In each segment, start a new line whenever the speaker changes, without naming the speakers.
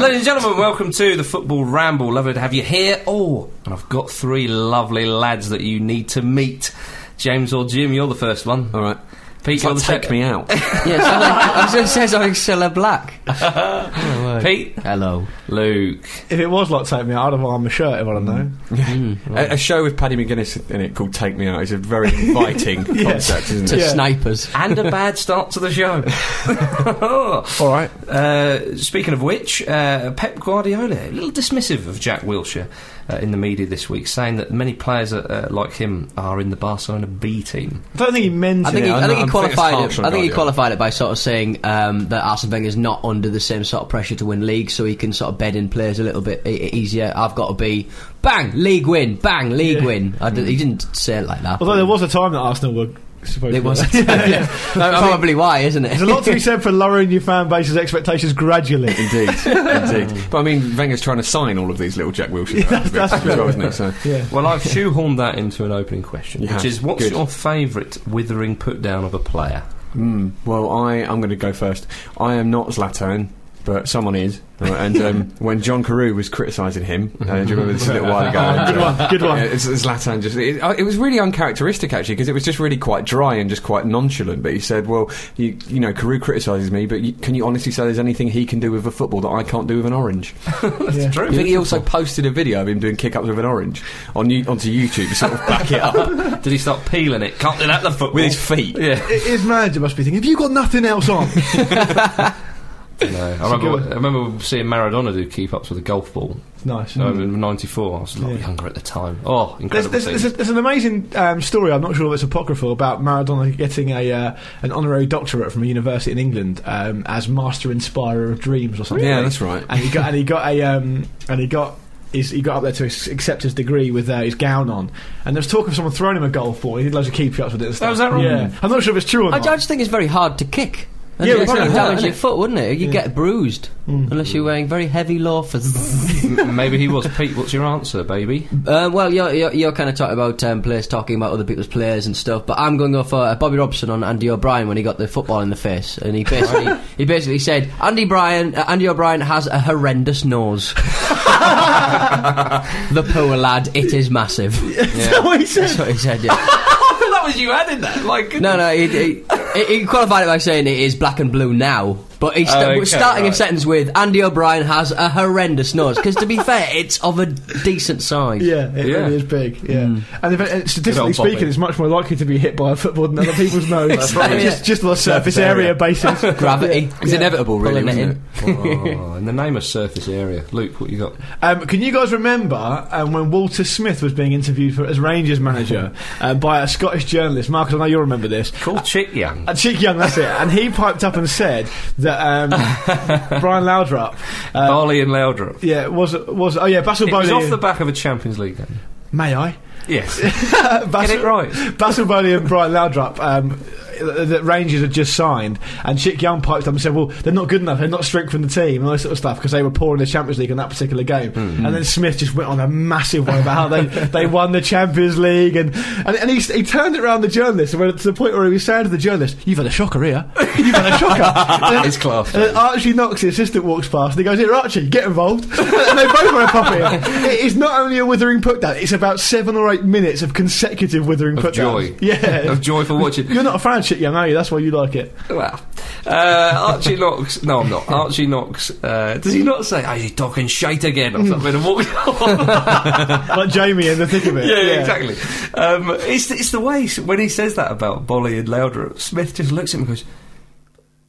Ladies and gentlemen, welcome to the Football Ramble. Lovely to have you here. Oh, and I've got three lovely lads that you need to meet. James or Jim, you're the first one.
All right.
Pete,
It's
you're
like,
the
take
second.
me out.
Yeah, so like, I was going to say something Cilla Black.
Pete,
Hello.
Luke.
If it was like Take Me Out, I'd have on my shirt if I don't know.
a, a show with Paddy McGuinness in it called Take Me Out is a very inviting concept, isn't
To
it?
Yeah.
snipers.
And a bad start to the show.
All right.
Uh, speaking of which, uh, Pep Guardiola, a little dismissive of Jack Wilshire uh, in the media this week, saying that many players uh, uh, like him are in the Barcelona B team.
I don't think he meant
I think
it.
he,
Yeah,
I
I'm
think
not-
he
I think it's
qualified
harsh
it.
on
I think he
Guardiola.
qualified it by sort of saying um, that Arsene Wenger's not under the same sort of pressure to win league, so he can sort of bed in players a little bit e- easier. I've got to be bang league win, bang league
Yeah.
win. I d- he didn't say it like that.
Although there was a time that Arsenal were supposed
It was.
to be.
yeah. Probably why, isn't it?
There's a lot to be said for lowering your fan base's expectations gradually.
Indeed, indeed. But I mean, Wenger's trying to sign all of these little Jack Wilshere
that's-
outfits
that's
as well,
true.
isn't it? So.
yeah.
Well, I've shoehorned that into an opening question,
You
which
have.
is what's
Good.
your favourite withering put down of a player?
Mm, well, I, I'm going to go first. I am not Zlatan, but someone is. Uh, and um, when John Carew was criticising him, uh, do you remember this a little while ago? And,
Good
uh,
one, good one.
Yeah, it's, it's Zlatan just it, uh, it was really uncharacteristic actually because it was just really quite dry and just quite nonchalant. But he said, "Well, you, you know, Carew criticises me, but you, can you honestly say there's anything he can do with a football that I can't do with an orange?"
Yeah.
True.
I think he also posted a video of him doing kick-ups with an orange on you- onto YouTube to sort of back it up
Did he start peeling it? Can't do that the football.
with his feet.
yeah.
I- His manager must be thinking, have you got nothing else on?
No, I
good
remember,
one.
I remember seeing Maradona do keep ups with a golf ball.
It's nice.
So in '94, I was a lot
Hmm. Yeah.
younger at the time. Oh,
There's,
incredible
there's,
scene.
there's, a, there's an amazing um, story. I'm not sure if it's apocryphal about Maradona getting a uh, an honorary doctorate from a university in England um, as master inspirer of dreams or something.
Yeah, that's right.
and he got and he got a um, and he got his, he got up there to ac- accept his degree with uh, his gown on, and there was talk of someone throwing him a golf ball. He did loads of keep shots with it. And stuff.
was Oh, that right?
Yeah, I'm not sure if it's true or
I, I
not.
just think it's very hard to kick. And
Yeah,
yeah,
it
it's
probably Mm.
going to
hurt,
damage
isn't
your foot, wouldn't it? You would get bruised unless you're wearing very heavy loafers.
M- Maybe he was Pete. What's your answer, baby?
Um, well, you're, you're, you're kind of talking about um, players talking about other people's players and stuff, but I'm going to go for uh, Bobby Robson on Andy O'Brien when he got the football in the face, and he basically he basically said Andy Bryan uh, Andy O'Brien has a horrendous nose. the poor lad, it is massive.
That's what he
That's
said.
what he said. Yeah.
that was you adding that. Like
No, no, he, he, he he qualified it by saying it is black and blue now. But he's sta-
Oh, Okay,
starting
right.
his sentence with Andy O'Brien has a horrendous nose because, to be fair, it's of a decent size.
Yeah, it
Yeah. Mm.
really is big. Yeah, and if it, and statistically
Good old
speaking,
Bobby.
it's much more likely to be hit by a football than other people's nose.
right.
just, just on a surface area,
area.
basis.
Gravity.
It's inevitable, really,
Pulling it
isn't
in.
it?
oh, in the name of surface area, Luke. What you got?
Um, can you guys remember um, when Walter Smith was being interviewed for, as Rangers manager uh, by a Scottish journalist? Marcus, I know you'll remember this.
Call Chick Young.
Uh, Cheek Young, that's it. And he piped up and said that um, Brian Laudrup, uh,
Barley and Laudrup.
yeah, was was oh yeah, Basil
It was
Bowley.
off the back of a Champions League game.
may I?
Yes, get
Basil,
it right.
Basil Bowley and Brian Laudrup. Um, th- that Rangers had just signed, and Chick Young piped up and said, "Well, they're not good enough. They're not strength from the team and all this sort of stuff because they were poor in the Champions League in that particular game."
Hmm.
And then Smith just went on a massive one about how they, they won the Champions League, and and, and he, s- he turned it around the journalist and went to the point where he was saying to the journalist, "You've had a shocker here. You've had a shocker." And then-
It's class.
And then Archie Knox, the assistant, walks past and he goes, Here, Archie, get involved. and they both want to pop in. It is not only a withering put down, it's about seven or eight minutes of consecutive withering
Of
put
joy.
downs. Yeah.
of joyful watching.
You're not a fan, shit young, are you? That's why you like it.
Well, uh, Archie Knox. No, I'm not. Archie Knox. Uh, does he not say, "Are you talking shite again?" or something? And walk
Like Jamie in the thick of it.
yeah, yeah, exactly. Um, it's, it's the way s- when he says that about Bolly and Laudrup, Smith just looks at him and goes,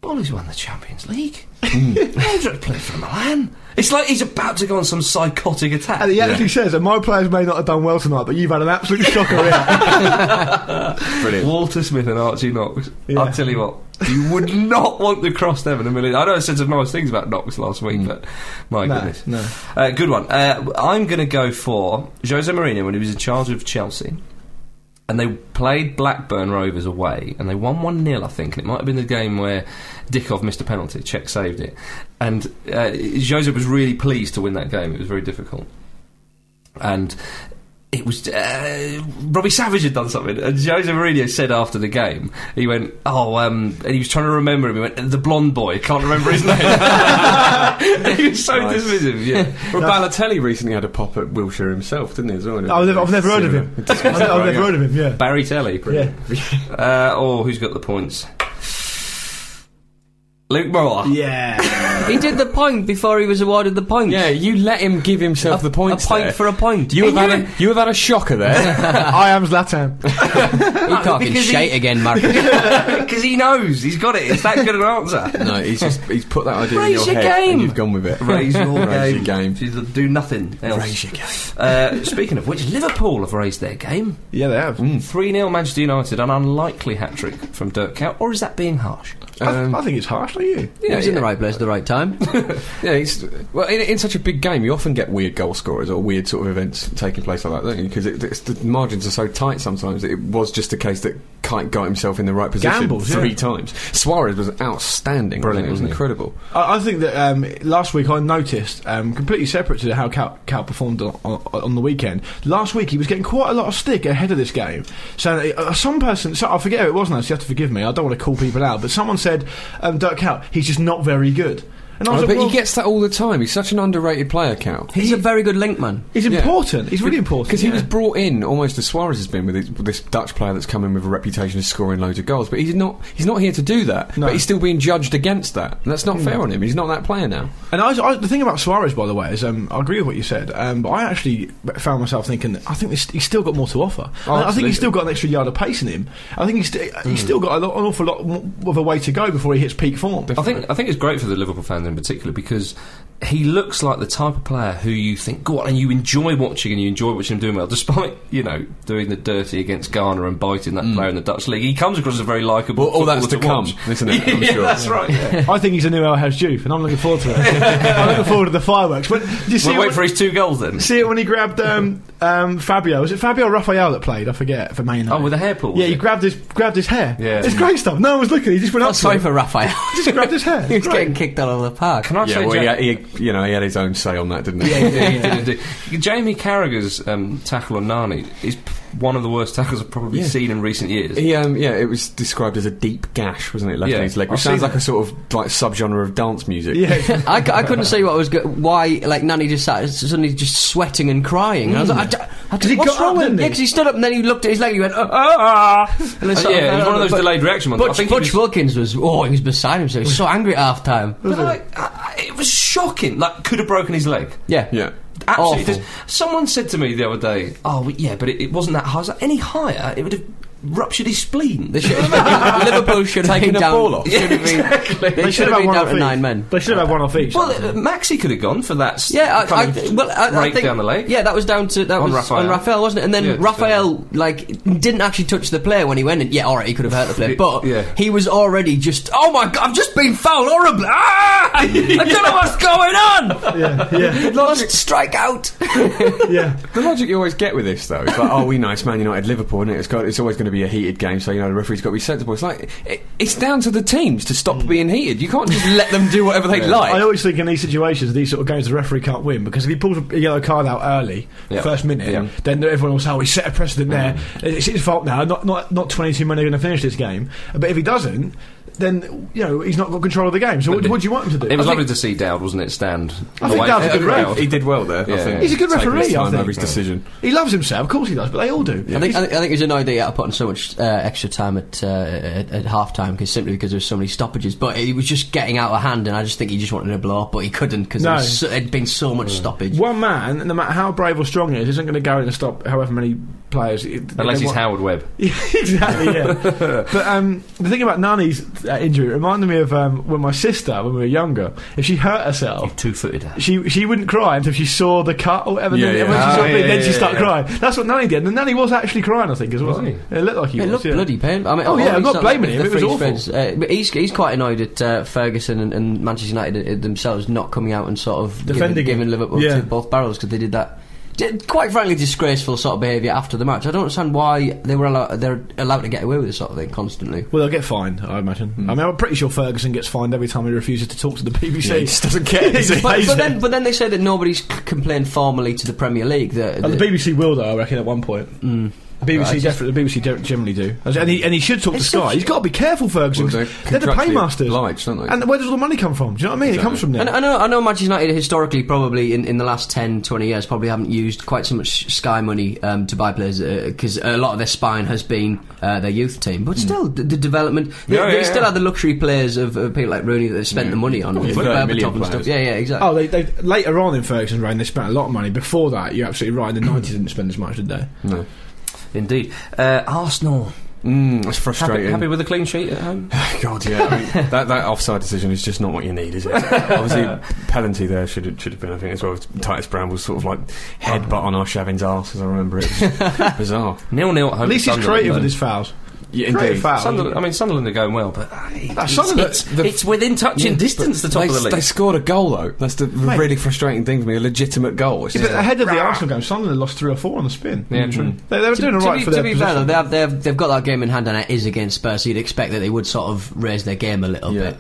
Bolly's won the Champions League. Laudrup played for Milan. It's like he's about to go on some psychotic attack.
And he actually says, and my players may not have done well tonight, but you've had an absolute shocker here.
Brilliant.
Walter Smith and Archie Knox.
Yeah.
I'll tell you what, you would not want to cross them in a million. I know I said some nice things about Knox last week, but my
Mm. No,
goodness,
no.
Uh, good one. Uh, I'm going to go for Jose Mourinho when he was in charge of Chelsea. And they played Blackburn Rovers away, and they won 1 0, I think. And it might have been the game where Dickov missed a penalty. Czech saved it. And uh, Jose was really pleased to win that game. It was very difficult. And it was uh, Robbie Savage had done something, and Jose Mourinho said after the game, he went, "Oh," um, and he was trying to remember him. He went, "The blonde boy, can't remember his name." he was so
Nice.
dismissive. Yeah,
Well, Balotelli recently had a pop at Wilshire himself, didn't he? As well,
I've never, I've never heard of him. I've, never- I've never heard of him, yeah.
Barry Telly.
Yeah.
Uh, oh, who's got the points? Luke Moore.
Yeah.
he did the point before he was awarded the point.
Yeah, you let him give himself the
a
points.
point
there.
for a point.
You have
He
had a you have had a shocker there.
I am Zlatan.
You're talking
because he-
shite again, Marcus.
because he knows he's got it. It's that good an answer.
no, he's just he's put that idea
Raise
in your
your
head
game.
and you've gone with it.
Raise your
Raise
game.
your game.
She's- Do nothing else.
Raise your game.
Uh, speaking of which, Liverpool have raised their game.
Yeah, they have. Mm.
3 0 Manchester United, an unlikely hat trick from Dirk Cow, or is that being harsh?
Um,
I, I think it's harsh, don't you?
he
yeah,
was in the right place at the right time.
Yeah, it's, well, in, in such a big game, you often get weird goal scorers or weird sort of events taking place like that, don't you? Because it, it's, the margins are so tight sometimes. that It was just a case that Kite got himself in the right position
Gambles, yeah.
three times. Suarez was outstanding.
Brilliant,
Brilliant, it was
wasn't he?
incredible.
I, I think that um, last week I noticed, um, completely separate to how Cal, Cal performed on, on, on the weekend. Last week he was getting quite a lot of stick ahead of this game. So uh, some person, so I forget who it was now, so you have to forgive me. I don't want to call people out, but someone said, um, Dirk Cow, he's just not very good. And I was
Oh,
like,
but
well,
he gets that all the time. He's such an underrated player, Cal.
He's a very good link man.
he's
yeah.
important. He's really important.
Because he
yeah.
was brought in almost as Suarez has been with his, with this Dutch player that's come in with a reputation of scoring loads of goals, but he's not he's not here to do that.
No.
But he's still being judged against that. And that's not fair on him. He's not that player now.
And I, was- I, the thing about Suarez, by the way, is um, I agree with what you said, um, but I actually found myself thinking I think this, he's still got more to
Oh,
offer. And I think
absolutely.
he's still got an extra yard of pace in him. I think he's, st-
Hmm.
he's still got a lot, an awful lot more of a way to go before he hits peak form.
I think I think it's great for the Liverpool fans in particular because he looks like the type of player who you think, go on, and you enjoy watching and you enjoy watching him doing well, despite, you know, doing the dirty against Ghana and biting that player in the Dutch league. He comes across as a very likeable
Mm. Well, all that's
footballer
to come,
watch.
isn't it? I'm
yeah,
sure.
that's right. yeah.
I think he's a new Elhouse Duke, and I'm looking forward to it. I'm looking forward to the fireworks. But did you see,
We'll
it when,
wait for his two goals then.
see it when he grabbed um, um, Fabio. Was it Fabio or Raphael that played? I forget for Man United.
Oh, with a hair pull. was
yeah, he
it?
grabbed his grabbed his hair.
Yeah.
it's great stuff. No one was looking. He just went
I'm
up to
sorry
him.
for Raphael.
Just grabbed his hair.
he was
Great.
getting kicked out of the park.
Can I say
yeah, well,
Jack-
yeah, he, you know, he had his own say on that, didn't he?
Yeah, he did, he did, he did. Jamie Carragher's um, tackle on Nani is p- one of the worst tackles I've probably
Yeah.
seen in recent years.
He, um, yeah, it was described as a deep gash, wasn't it? Left
Yeah.
in his leg, which
I've
sounds
seen
like a sort of like subgenre of dance music.
Yeah.
I, c- I couldn't see what was go- why like Nanny just sat suddenly just sweating and crying. And I was like, I d- I d-
he
what's
got
wrong
up,
with him?
didn't he?
Yeah, 'cause he stood up and then he looked at his leg and he went, ah, ah, ah. And then
Uh,
sort of-
yeah, it was one of those
but-
delayed reaction ones. I
Butch,
think he
Butch
was-
Wilkins was oh he was beside himself. He was so angry at half time.
But like, I, I- it was shocking. Like, could have broken his leg.
Yeah,
yeah.
Absolutely.
Awful.
Just, someone said to me the other day, "Oh, well, yeah, but it, it wasn't that high. I was like, Any higher, it would have ruptured his spleen."
They should, Liverpool should have
Taking
been
the
down.
ball off.
should have been- They should have been down to nine men.
They should have had one off each.
well, uh, Maxi could have gone for that. s-
Yeah, I,
kind
I,
of
well, I, I
break
think
down the leg.
Yeah, that was down to that
On
was
Raphael.
on Raphael, wasn't it? And then
Yeah, just
Raphael like didn't actually touch the player when he went. in. Yeah, all right, he could have hurt the player, but
Yeah.
he was already just. Oh my god, I've just been fouled horribly. Ah! I don't know what's going on.
yeah, yeah,
Lost strike out.
yeah.
The logic you always get with this, though, is like, oh, we know it's Man United, Liverpool, and it's got it's always going to be a heated game, so you know the referee's got to be sensible. It's like it, it's down to the teams to stop being heated. You can't just let them do whatever they like.
I always think in these situations, these sort of games, the referee can't win because if he pulls a yellow card out early,
Yeah.
first minute,
Yeah.
then everyone will say, "Oh, he set a precedent there. It's his fault now. Not not not 22 men are going to finish this game." But if he doesn't, then you know he's not got control of the game. So what, what do you want him to do?
It was
I think-
lovely to see Dowd, wasn't it? Stand.
I think
away
Dowd's a
from
good
the
ref.
crowd.
He did well there. I
Yeah.
think.
He's
a good
Taking
referee,
his
I
time
think.
over his decision.
He loves himself, of course he does, but they all do.
I think, I think I think he's annoyed that he had to put on so much uh, extra time at uh, at, at half time because simply because there was so many stoppages. But it was just getting out of hand, and I just think he just wanted to blow up, but he couldn't because
No.
there was so, there'd been so much stoppage.
One man, no matter how brave or strong he is, isn't going to go in and stop however many players. it- they
Unless he's
want-
Howard Webb.
Yeah, exactly, yeah. but um, the thing about Nani's uh, injury it reminded me of um, when my sister, when we were younger, if she hurt herself.
Two footed.
She she wouldn't cry until she saw the cut or whatever. and
Yeah, yeah.
then, When she saw
Oh,
it,
yeah,
then
yeah,
she
yeah,
started
yeah.
crying. That's what Nanny did. And Nanny was actually crying, I think, as well.
Was he?
It looked like he
It
was.
looked
yeah.
bloody painful. I mean,
Oh,
obviously
yeah, I'm not
it's
blaming
the
him, it was
free
awful.
spreads, uh, but he's he's quite annoyed at uh, Ferguson and, and Manchester United uh, themselves not coming out and sort of giving-
Defending him.
giving, Liverpool
Yeah.
to both barrels because they did that. Did, quite frankly, disgraceful sort of behaviour after the match. I don't understand why they were allowed. They're allowed to get away with this sort of thing constantly.
Well, they'll get fined, I imagine.
Hmm.
I mean, I'm pretty sure Ferguson gets fined every time he refuses to talk to the BBC.
Yeah, he just doesn't care, does he?
He
But,
pays
but
it.
then, but then they say that nobody's c- complained formally to the Premier League. That,
And
that-
the BBC will, though, I reckon, at one point. The BBC
Mm. Right, I just-
definitely. The BBC don't generally do, and he, and he should talk to
It's
Sky.
such-
He's got to be careful, Ferguson.
Well,
'cause
they're
they're the
contractually
paymasters,
obliged, aren't they?
And where does all the money come from? Do you know what I mean? It comes from
And
there.
I know, I know Manchester United historically probably in, in the last 10, 20 years probably haven't used quite so much Sky money um, to buy players because a lot of their spine has been uh, their youth team.
Hmm.
But still, the, the development, they,
Yeah,
they
yeah,
still
yeah.
have the luxury players of, of people like Rooney that they've spent the money on.
Yeah,
But
thirty
Berbatov
million
and stuff.
players.
Yeah, yeah, exactly.
Oh, they, they later on in Ferguson's reign they spent a lot of money. Before that, you're absolutely right. In the nineties, didn't spend as much, did they?
No.
Indeed. Uh, Arsenal.
Mm, it's
Happy,
frustrating.
happy with a clean sheet at home?
God, yeah. I mean, that, that offside decision is just not what you need, is it? Obviously, penalty there should have, should have been, I think, as well. Titus Brown was sort of like headbutt on Arshavin's arse, as I remember it. It was bizarre.
Nil nil at home.
At least he's
Sunderland,
creative
though.
with his fouls.
Yeah,
Creative
indeed.
fouls.
Sunderland, I mean, Sunderland are going well, but uh, it's,
Ah, Sunderland-
it's,
the-
it's within touching distance, the top
they,
of the league.
they scored a goal, though. That's the
Mate.
really frustrating thing for me. A legitimate goal. It's
Yeah,
just
but uh,
like,
ahead of the Arsenal game, Sunderland lost three or four on the spin.
yeah, true.
They, they were doing all
to
right
be,
for
to
their
be fair, though,
position.
they have, they have, they've got that game in hand and it is against Spurs, so you'd expect that they would sort of raise their game a little
Yeah.
bit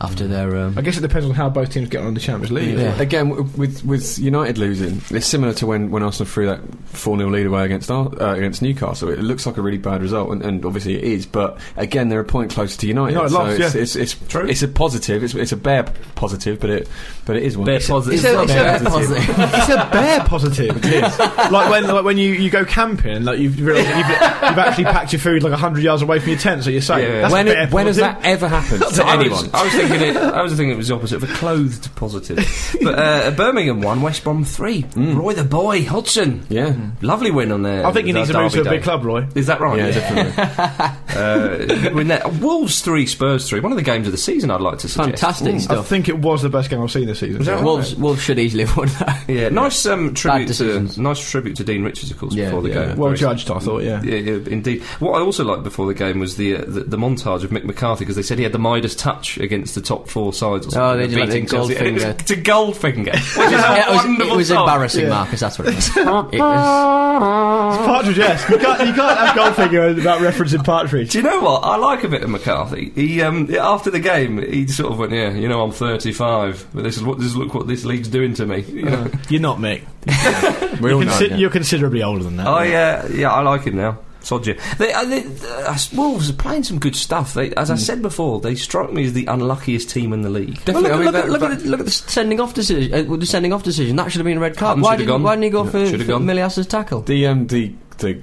after their. Um,
I guess it depends on how both teams get on in the Champions League.
Yeah.
Again, w- with with United losing, it's similar to when, when Arsenal threw that four 0 lead away against Ar- uh, against Newcastle. It looks like a really bad result, and, and obviously it is. But again, they're a point closer to United.
United
so
lost,
it's,
yeah.
it's, it's, it's a positive. It's, it's a bare p- positive, but it but it is one.
Bare positive.
it's a- it's a-
Positive.
positive.
it's a bare positive. like when like when you, you go camping, and like you've realised that you've, you've actually packed your food like hundred yards away from your tent, so you're safe.
Yeah, yeah.
That's
when
bare
when has
positive.
that ever happened
So
to
I was-
anyone?
I was thinking it. I was thinking it was the opposite of a clothed positive. But uh, Birmingham one, West Brom three. Roy the boy Hodgson,
Yeah.
lovely win on there.
Mm. I think he
that
needs to move to a
derby
big
day.
club, Roy.
Is that right?
Yeah, definitely.
Uh, win there. Wolves three, Spurs three. One of the games of the season. I'd like to suggest. Mm.
fantastic
I
stuff.
think it was the best game I've seen this season.
Wolves, Wolves should easily have won that.
Yeah, nice um, tribute
decisions.
to nice tribute to Dean Richards, of course,
Yeah,
before the
yeah.
game.
Well
Very-
judged, I thought. Yeah.
Yeah, yeah, indeed. What I also liked before the game was the uh, the, the montage of Mick McCarthy because they said he had the Midas touch against the top four sides. Or something,
Oh, they did like the
beating Chelsea. And it was
Goldfinger.
To Goldfinger, which is a
Yeah, it was,
wonderful
it was
song.
embarrassing, Marcus. That's what it was. It was-
It's Partridge esque. You can't you can't have Goldfinger without referencing Partridge.
Do you know what? I like a bit of McCarthy. He um, yeah, after the game, he sort of went, "Yeah, you know, I'm 35, but this is what this is, look what this league's doing to me." You
Uh-huh.
know?
You're not Mick.
we all know. yeah.
You're considerably older than that.
I uh, yeah, I like him now. Sod you. They, uh, they, uh, Wolves are playing some good stuff. They,
Hmm.
as I said before, they struck me as the unluckiest team in the league.
Definitely.
Well, look,
I mean,
look,
that-
at- look,
that-
at the, look at the sending off decision. Uh, well, the sending off decision that should have been a red card.
Hutton
Why
should have
didn't,
gone.
why didn't he go for,
should have
for
gone.
Milias's tackle?
The um the the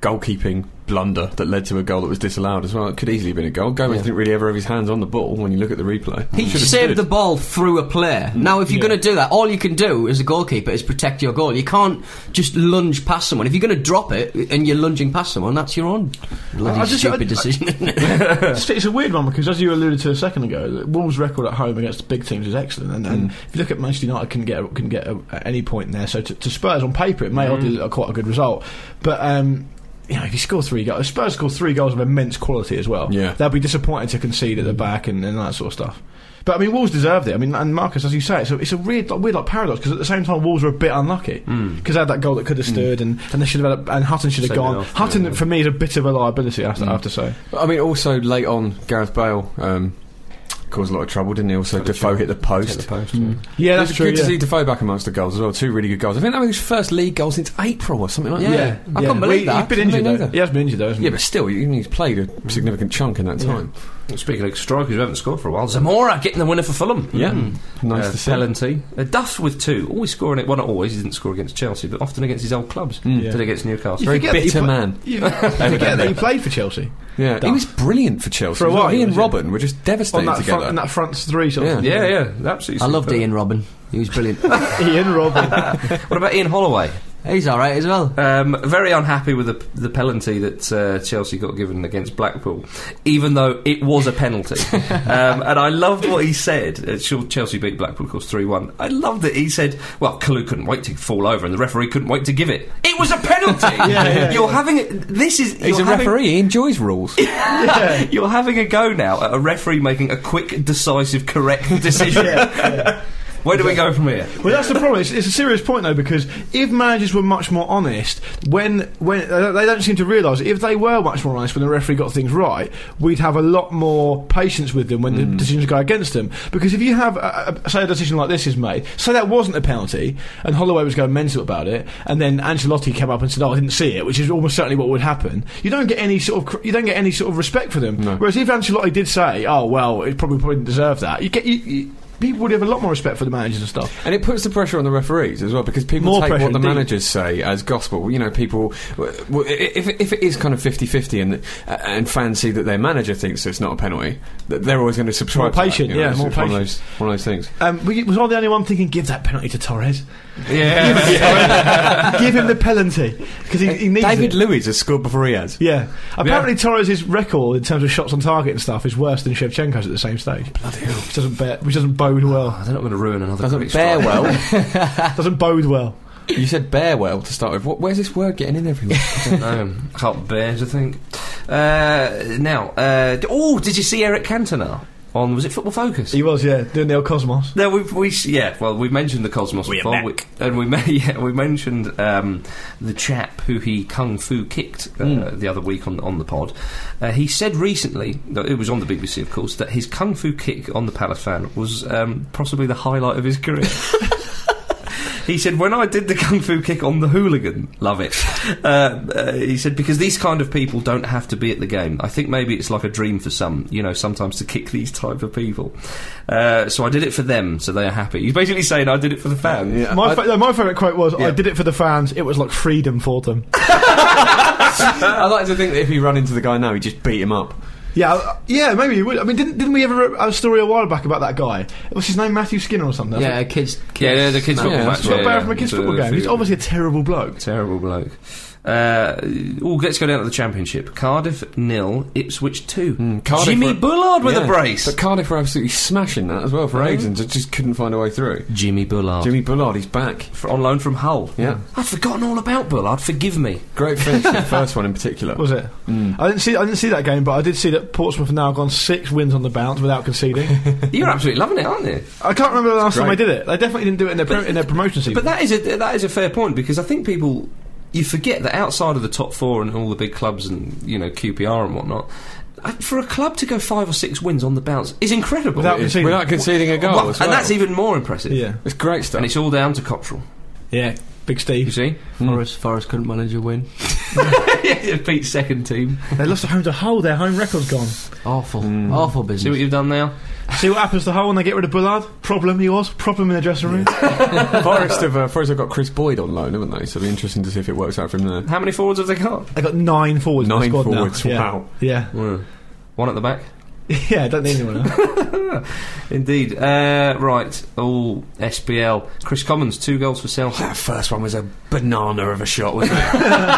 goalkeeping blunder that led to a goal that was disallowed as well. It could easily have been a goal. Gomez didn't really ever have his hands on the ball when you look at the replay.
He
Should have
saved
stood.
the ball through a player. Now, if you're going to do that, all you can do as a goalkeeper is protect your goal. You can't just lunge past someone. If you're going to drop it and you're lunging past someone, that's your own bloody
I just-
stupid
I-
decision. isn't it?
It's, it's a weird one because, as you alluded to a second ago, the Wolves' record at home against big teams is excellent. And,
Mm.
and if you look at Manchester United, can get a- can get a, at any point in there. So to, to Spurs on paper, it may mm. look quite a good result, but. Um, you know, if you score three goals, if Spurs score three goals of immense quality as well.
Yeah. Mm.
they'll be disappointed to concede at the back and, and that sort of stuff. But I mean, Wolves deserved it. I mean, and Marcus, as you say, it's a, it's a weird, like, weird like paradox because at the same time, Wolves were a bit unlucky because
Hmm.
they had that goal that could
Mm.
have stood, and, and they should have had, a, and Hutton should have
Sent it
gone.
off,
Hutton,
yeah.
for me, is a bit of a liability. I have to,
Mm.
I have to say.
I mean, also late on, Gareth Bale um, caused a lot of trouble, didn't he? Also, Defoe hit the post.
Hmm.
Yeah, that's
it's
true.
good
yeah.
to see Defoe back amongst the goals as well. Two really good goals. I think that was his first league goal since April or something like
Yeah.
that.
I can't
Well,
believe
he-
that.
He's been
Didn't they
injured
know
though.
that?
He has been injured though. Hasn't
Yeah,
he?
but still, even he's played a significant chunk in that time.
Speaking of strikers who haven't scored for a while, Zamora getting the winner for Fulham.
Yeah, nice
Hmm.
Uh,
to see.
penalty. Uh, Duff with two, always scoring it. Well, not always. He didn't score against Chelsea, but often against his old clubs.
Yeah.
Did against Newcastle.
Very
forget that you
bitter
put-
man.
You forget that he played for Chelsea
Yeah, he
Duff.
was brilliant for Chelsea
For a
as well.
while,
He and
was it?
Robin were just
on
devastated
that
together.
front, in that front three sort of
Yeah, yeah, absolutely.
I loved
superb.
Ian Robin. He was brilliant.
Ian Robin.
What about Ian Holloway?
He's all right as well.
Um, very unhappy with the, the penalty that uh, Chelsea got given against Blackpool, even though it was a penalty. um, and I loved what he said. Uh, Chel- Chelsea beat Blackpool, of course, 3 1. I loved that he said, well, Kalu couldn't wait to fall over and the referee couldn't wait to give it. It was a penalty!
yeah,
you're having it. This is.
He's
you're
a
having-
referee. He enjoys rules.
yeah.
You're having a go now at a referee making a quick, decisive, correct decision. Where do we go from here?
Well, that's the problem. It's, it's a serious point though because if managers were much more honest, when when they don't, they don't seem to realise if they were much more honest when the referee got things right, we'd have a lot more patience with them when the decisions go against them. Because if you have a, a, say a decision like this is made, say that wasn't a penalty, and Holloway was going mental about it, and then Ancelotti came up and said, "Oh, I didn't see it," which is almost certainly what would happen. You don't get any sort of cr- you don't get any sort of respect for them. Whereas if Ancelotti did say, "Oh, well, it probably probably didn't deserve that," you get you. you People would have a lot more respect for the managers and stuff.
And it puts the pressure on the referees as well because people
More
take
pressure
what the
indeed.
managers say as gospel. You know, people, w- w- if, if it is kind of 50 50 and, uh, and fancy that their manager thinks it's not a penalty, th- they're always going to subscribe
More
to that,
patient,
you know,
yeah,
it's
more
just one of
patient.
those, one of those things.
Um, were you- was I the only one thinking, give that penalty to Torres?
Yeah.
give him the penalty. Because he, he needs
David
it.
Luiz has scored before he has.
yeah. Apparently, Torres' record in terms of shots on target and stuff is worse than Shevchenko's at the same stage. Bloody hell. Which doesn't, bear, which doesn't bode well.
They're not going to ruin another
Doesn't
great
bear
strike.
well.
doesn't bode well.
you said bear well to start with. What, where's this word getting in everywhere?
no, can't Um, bears, I think. Uh, now, uh, d- oh, did you see Eric Cantona on? Was it Football Focus?
He was, yeah, doing the old Cosmos.
no, we, we s- yeah. Well, we mentioned the Cosmos
We are
before,
back.
we- and we ma- yeah, we mentioned um, the chap who he kung fu kicked uh,
Hmm.
the other week on on the pod. Uh, he said recently, that it was on the BBC, of course, that his kung fu kick on the Palace fan was um, possibly the highlight of his career. He said, when I did the kung fu kick on the hooligan, love it. Uh, uh, he said, because these kind of people don't have to be at the game. I think maybe it's like a dream for some, you know, sometimes to kick these type of people. Uh, so I did it for them, so they are happy. He's basically saying, I did it for the fans.
Yeah.
My,
I-
fa- no, my favourite quote was,
Yeah.
I did it for the fans, it was like freedom for them.
I like to think that if he run into the guy now, he'd just beat him up.
yeah, I- yeah, maybe he would. I mean, didn't, didn't we ever have a story a while back about that guy? What's his name? Matthew Skinner or something? I
Yeah,
think-
kids. kids
Yeah, yeah, the kids'
man.
football
yeah,
match.
that's
It's not
yeah,
bad
yeah.
from a kids'
It's
football game. He's
few-
obviously a terrible bloke.
Terrible bloke. Uh, ooh, let's go down to the championship. Cardiff nil, Ipswich two.
Hmm, Cardiff
Jimmy
were-
Bullard with
Yeah.
a brace.
But Cardiff were absolutely smashing that as well for ages and just couldn't find a way through.
Jimmy Bullard
Jimmy Bullard, he's back.
F- on loan from Hull.
Yeah.
I'd forgotten all about Bullard. Forgive me.
Great finish, the first one in particular.
Was it? I didn't see. I didn't see that game, but I did see that Portsmouth have now gone six wins on the bounce without conceding.
You're absolutely loving it, aren't you?
I can't remember the last time
Great.
they did it. They definitely didn't do it in their pro- in their promotion season.
But that is a that is a fair point because I think people you forget that outside of the top four and all the big clubs and you know QPR and whatnot, uh, for a club to go five or six wins on the bounce is incredible.
Without
It is.
conceding.
Without conceding a goal,
Well,
as well.
and that's even more impressive.
yeah,
it's great stuff.
And it's all down to Cottrell.
yeah, big
You
Steve.
see,
Forrest, Forrest couldn't manage a win.
Pete's second team.
they lost at home to Hull. Their home record's gone.
Awful, awful business.
Hmm. See what you've done now.
See what happens to Hull when they get rid of Bullard. Problem he was. Problem in the dressing room.
Forest have, uh, Forest have got Chris Boyd on loan, haven't they? So it'll be interesting to see if it works out from there.
How many forwards have they got?
they got nine forwards. in the
Nine
squad now.
forwards,
Yeah.
wow.
Yeah,
One at the back.
yeah. Don't need anyone. Else.
Indeed. Uh, right. All SBL. Chris Commons, two goals for Celtic.
That first one was a banana of a shot, wasn't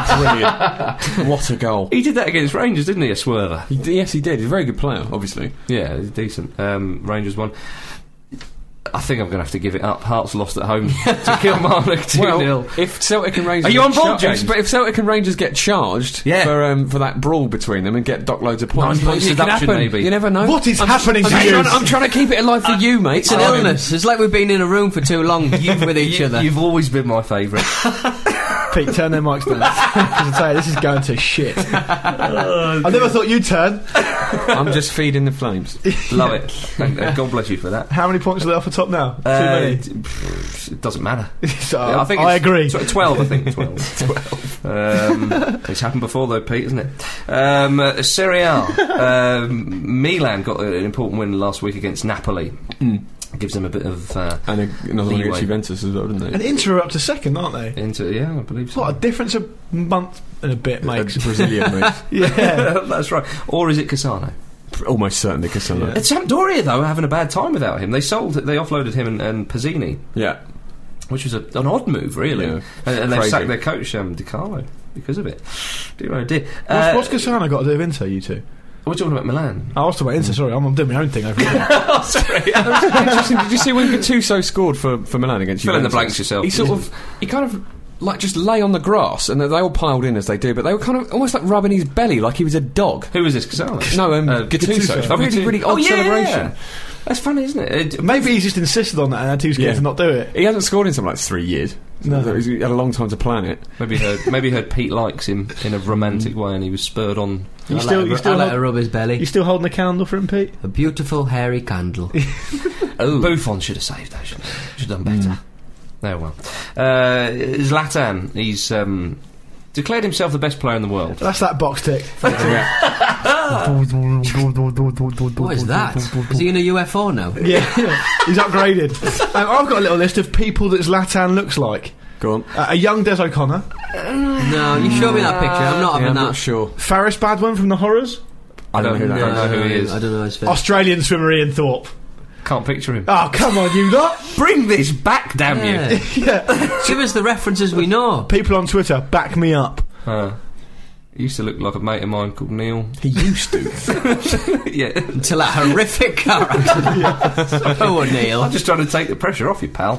it? Brilliant. what a goal.
He did that against Rangers, didn't he? A swerver.
He, yes, he did. He's a very good player, obviously.
Yeah, it's decent. Um, Rangers won. I think I'm going to have to give it up. Hearts lost at home to Kilmarnock 2 0.
if Celtic and Rangers
Are you
get
on board,
char-
James?
If, if Celtic and Rangers get charged
Yeah.
for um, for that brawl between them and get docked loads of points,
Nine point
it can
seduction,
happen.
maybe.
You never know.
What is happening
I'm
to you?
trying, I'm trying to keep it alive for you, mate.
It's an
Um,
illness. It's like we've been in a room for too long with each other.
You've always been my favourite.
Pete, turn their mics down. 'Cause I tell you, this is going to shit. I never thought you'd turn.
I'm just feeding the flames.
Love it. And, uh, God bless you for that.
How many points are they off the top now? Too
Uh,
many.
d- pff, it doesn't matter.
so
Yeah,
I,
it's
agree.
tw- Twelve, I think. Twelve. Twelve. Um, it's happened before, though, Pete, isn't it? Um, uh, Serie A. Um, Milan got an important win last week against Napoli. Gives them a bit of uh,
And a, another one
Leeway.
against Juventus as well, didn't
and
they?
Inter are up to second, aren't they?
into yeah, I believe so.
What a difference a month and a bit makes.
A Brazilian mate.
yeah.
That's right. Or is it Cassano?
Almost certainly Cassano.
Yeah.
It's Sampdoria though are having a bad time without him. They sold, they offloaded him and, and Pazzini,
Yeah.
which was a, an odd move really.
Yeah.
And, and they've
Crazy.
sacked their coach um, Di Carlo because of it. Dear oh dear. Uh,
What's, what's Cassano got to do with Inter, you two? Oh,
we're talking about Milan.
I was talking about Inter, sorry, I'm, I'm doing my own thing over here.
oh, sorry.
Interesting. Did you see when Gattuso scored for, for Milan against
Fill in the
Juventus?
blanks yourself.
He sort
Yeah.
of he kind of like just lay on the grass and they all piled in as they do, but they were kind of almost like rubbing his belly like he was a dog.
Who is this Cassano?
No, um,
Uh,
Gattuso.
Oh,
Really,
Gattuso.
really
Oh,
odd
yeah.
celebration.
That's funny, isn't it? It-
Maybe he's just insisted on that and he was scared
Yeah.
to not do it.
He hasn't scored in something like three years.
No.
So he's had a long time to plan it.
maybe heard, maybe heard Pete likes him in a romantic way, and he was spurred on.
You
I
still-
let, her-
you still
I let
not-
her rub his belly.
You still holding the candle for him, Pete?
a beautiful hairy candle.
Oh. Buffon should have saved that. Should have done
Mm.
better. Oh well. Uh, Zlatan, he's um, declared himself the best player in the world.
That's that box tick.
what is that? is he in a UFO now?
Yeah, he's upgraded. Um, I've got a little list of people that Zlatan looks like.
Go on.
Uh, a young Des O'Connor,
No, you show me that picture. I'm not
Yeah,
having
I'm
that.
not sure.
Faris Badwan from The Horrors,
I don't,
know who
I don't know who he is.
I don't know his face.
Australian swimmer Ian Thorpe.
Can't picture him.
Oh, come on, you lot!
Bring this back, damn you!
Yeah.
Yeah.
Give us the references we know.
People on Twitter, back me up.
Uh, he used to look like a mate of mine called Neil.
He used to.
yeah,
Until that horrific car accident. oh, O'Neill.
I'm just trying to take the pressure off you, pal.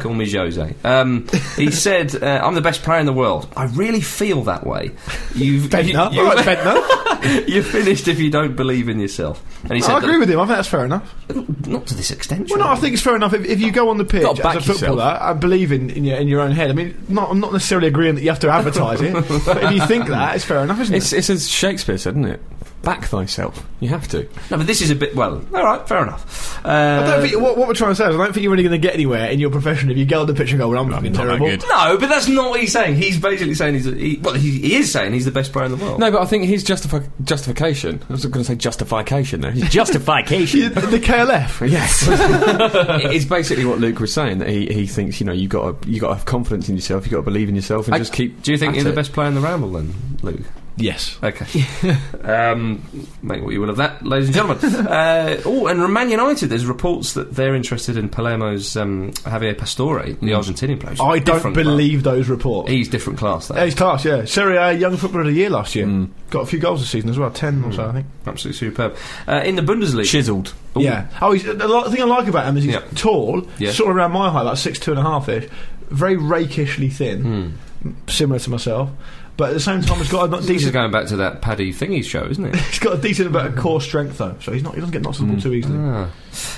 Call me Jose. Um, he said, uh, "I'm the best player in the world. I really feel that way." You've
Bentner.
you,
All right, Bentner.
are finished if you don't believe in yourself. And he said,
I agree with him. I think that's fair enough.
that- "Not to this extent."
Well, no, I
surely.
think it's fair enough. If, if you go on the pitch as
Gotta back
a footballer and believe in, in, your, in your own head, I mean, not, I'm not necessarily agreeing that you have to advertise it, but if you think that, it's fair enough, isn't
it's,
it?
it's as Shakespeare said, isn't it? Back thyself. You have to.
No, but this is a bit. Well, all right, fair enough. Uh,
I don't think, what, what we're trying to say is, I don't think you're really going to get anywhere in your profession if you go on the pitch and go, well, I'm fucking
not that
terrible.
good.
no, but that's not what he's saying. He's basically saying he's. A, he, well, he, he is saying he's the best player in the world.
No, but I think his justifi- justification. I was going to say justification there. His justification.
The KLF.
yes. it's basically what Luke was saying that he, he thinks you know you got to you got to have confidence in yourself. You got to believe in yourself and
I-
just keep.
Do you think
at
you're
it.
the best player in the ramble then, Luke?
Yes.
Okay. um, make what you will of that, ladies and gentlemen. uh, oh, and Man United, there's reports that they're interested in Palermo's um, Javier Pastore, the Argentinian player.
I don't
Different class.
believe those reports.
He's different class, though.
Yeah, He's class, yeah. Serie A Young Footballer of the Year last year. Got a few goals this season as well, 10 or so, I think.
Absolutely superb. Uh, in the Bundesliga.
Chiseled.
Ooh.
Yeah. Oh, he's, the lo- thing I like about him is he's
Yeah.
tall,
Yeah.
sort of around my height, like six two and a half ish, very rakishly thin, similar to myself. But at the same time, he's got a not
This is
decent.
going back to that Paddy thingy show, isn't it?
He's got a decent amount of core strength though, so he's not. He doesn't get knocked to the ball too easily.
Ah.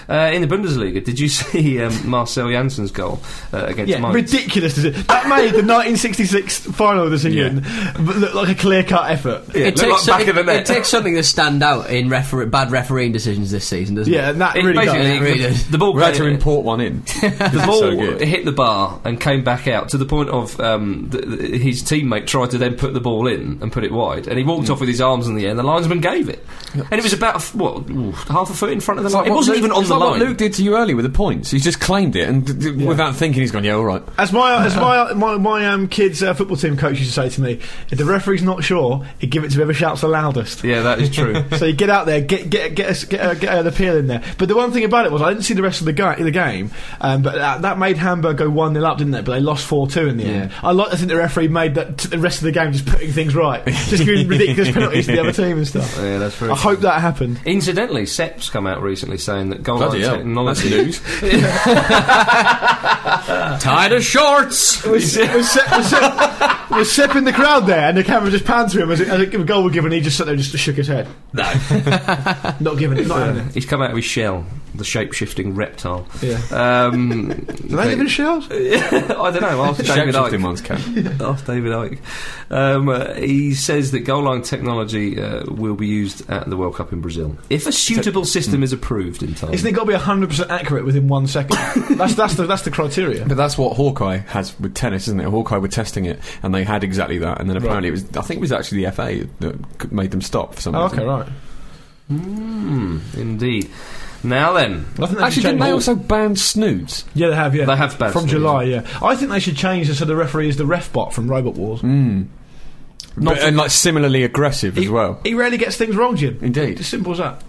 Uh, in the Bundesliga, did you see um, Marcel Janssen's goal uh, against
Yeah,
Mainz?
ridiculous. Is it? That made the 1966 final of this England but look like a clear cut effort. Yeah,
It
look
takes,
like back
something,
of the net.
it takes something to stand out in refer- bad refereeing decisions this season, doesn't it?
and that
It
really
basically-
does.
It really
the-
does.
the ball
We had to
came-
import one in.
the
the
ball
So good.
hit the bar and came back out to the point of um, th- th- his teammate tried to then put the ball in and put it wide, and he walked
Mm.
off with his arms in the air, and the linesman gave it, and it was about a f- what ooh, half a foot in front of the
It's
line.
like
it
what
wasn't
Luke-
even on
it's
the
like
line.
What Luke did to you earlier with the points. He's just claimed it and d- d- without thinking, he's gone. Yeah, all right.
As my as my my, my um, kids' uh, football team coach used to say to me, if the referee's not sure, he'd give it to whoever shouts the loudest.
yeah, that is true.
So you get out there, get get get us, get, uh, get uh, the peel in there. But the one thing about it was I didn't see the rest of the guy the game, um, but that, that made Hamburg go one 0 up, didn't it? But they lost four two in the end. I like to think the referee made that t- the rest of the game just putting things right, just giving ridiculous penalties to the other team and stuff.
yeah, that's true.
I hope that happened.
Incidentally, Sepp's come out recently saying that goal
Bloody
line
hell.
technology.
That's
Tied of shorts!
Was, was, Sepp, was, Sepp, was Sip in the crowd there, and the camera just panned to him as, it, as a goal was given. He just sat there, and just shook his head,
No.
not giving it, not having it.
He's come out of his shell, the shape shifting reptile.
Yeah.
Um,
Do they live in
but-
shells?
I don't know. Ask David
Shapeshifting
Icke.
ones can.
Ask David Icke. Um, uh, he says that goal line technology uh, will be used at the World Cup in Brazil if a suitable system is approved in time.
Isn't it got to be hundred percent accurate within one second? that's that's the that's the criteria.
But that's what Hawkeye has with tennis, isn't it? Hawkeye were testing it, and they had exactly that. And then apparently it was, I think it was actually the FA that c- made them stop for some
Oh,
reason.
okay, right.
Hmm, indeed. Now then,
I think they
Actually,
should
didn't
change-
they also ban snoots?
Yeah, they have. Yeah,
They have banned
from
snooze.
July. Yeah, I think they should change it so the referee is the ref bot from Robot Wars.
But-
uh,
and like similarly aggressive
he,
as well.
He rarely gets things wrong, Jim.
Indeed.
It's as simple as that.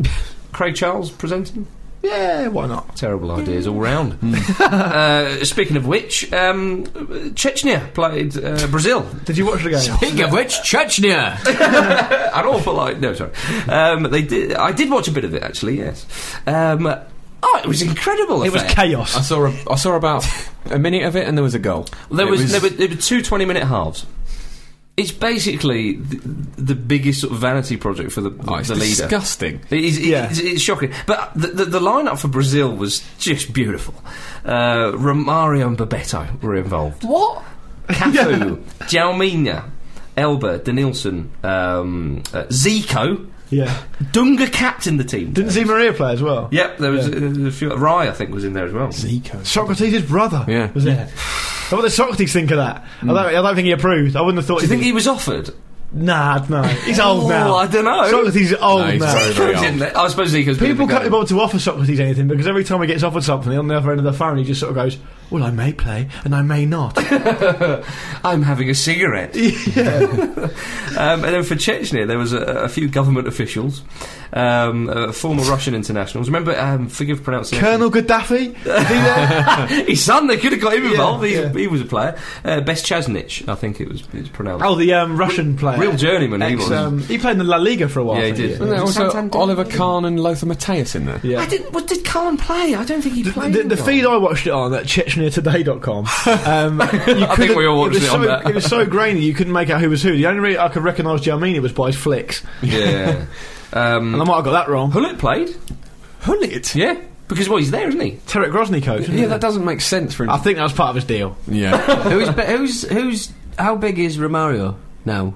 Craig Charles presenting.
Yeah, why not?
Terrible ideas all round. uh, speaking of which, um, Chechnya played uh, Brazil
Did you watch the game?
Think of which, Chechnya.
an awful lot. No, sorry. Um, they did. I did watch a bit of it actually. Yes. Um, oh, it was incredible.
It was
affair.
chaos.
I saw, a, I saw about a minute of it, and there was a goal.
there
It
was, there were there were two 20 minute halves. It's basically the, the biggest sort of vanity project for the
oh, it's
the leader.
disgusting.
It is, it-
Yeah.
it's, it's shocking. But the, the, the lineup for Brazil was just beautiful. Uh, Romario and Bebeto were involved.
What?
Cafu, Jalminha, Elba, Danielson, um, uh, Zico.
Yeah.
Dunga captained the team.
Didn't see Maria play as well.
Yep, there was uh, a few. Rye, I think, was in there as well.
Socrates' brother
Yeah.
was there. What did Socrates think of that? I, don't, I don't think he approved. I wouldn't have thought.
Do you
he
think
did.
he was offered?
Nah, no. He's old
Oh,
now.
I don't know.
Socrates is old
No, he's
now.
very, very old.
Didn't they? I suppose Zico's been in
People
the
can't be
game.
bothered to offer Socrates anything because every time he gets offered something on the other end of the phone, he just sort of goes, "Well, I may play and I may not."
I'm having a cigarette. um, and then for Chechnya, there was a, a few government officials, um, uh, former Russian internationals. Remember, um, forgive pronunciation.
Colonel Gaddafi, is he there?
His son, they could have got him involved.
yeah.
He, he was a player. Uh, Best Chaznich, I think it was, it was pronounced.
oh, the um, Russian player.
Real journeyman, he
Ex,
was.
um, he played in the La Liga for a while.
Yeah,
I
he
think,
did.
Wasn't there also
Santander.
Oliver Kahn and Lothar Matthäus in there?
Yeah.
I didn't. What, did Khan play? I don't think he played.
The, the
or-
feed I watched it on at ChechnyAtoday.com. Um, I
think we all watched
was
it
so,
on that.
It was so grainy you couldn't make out who was who. The only way I could recognise Jalmini was by his flicks,
Yeah.
and I
um,
might have got that wrong.
Hullet played.
Hullet?
Yeah, because well, he's there, isn't he?
Terek Grozny coach.
Yeah, that doesn't make sense for him.
I think that was part of his deal.
yeah.
who's, be- who's, who's, how big is Romario now?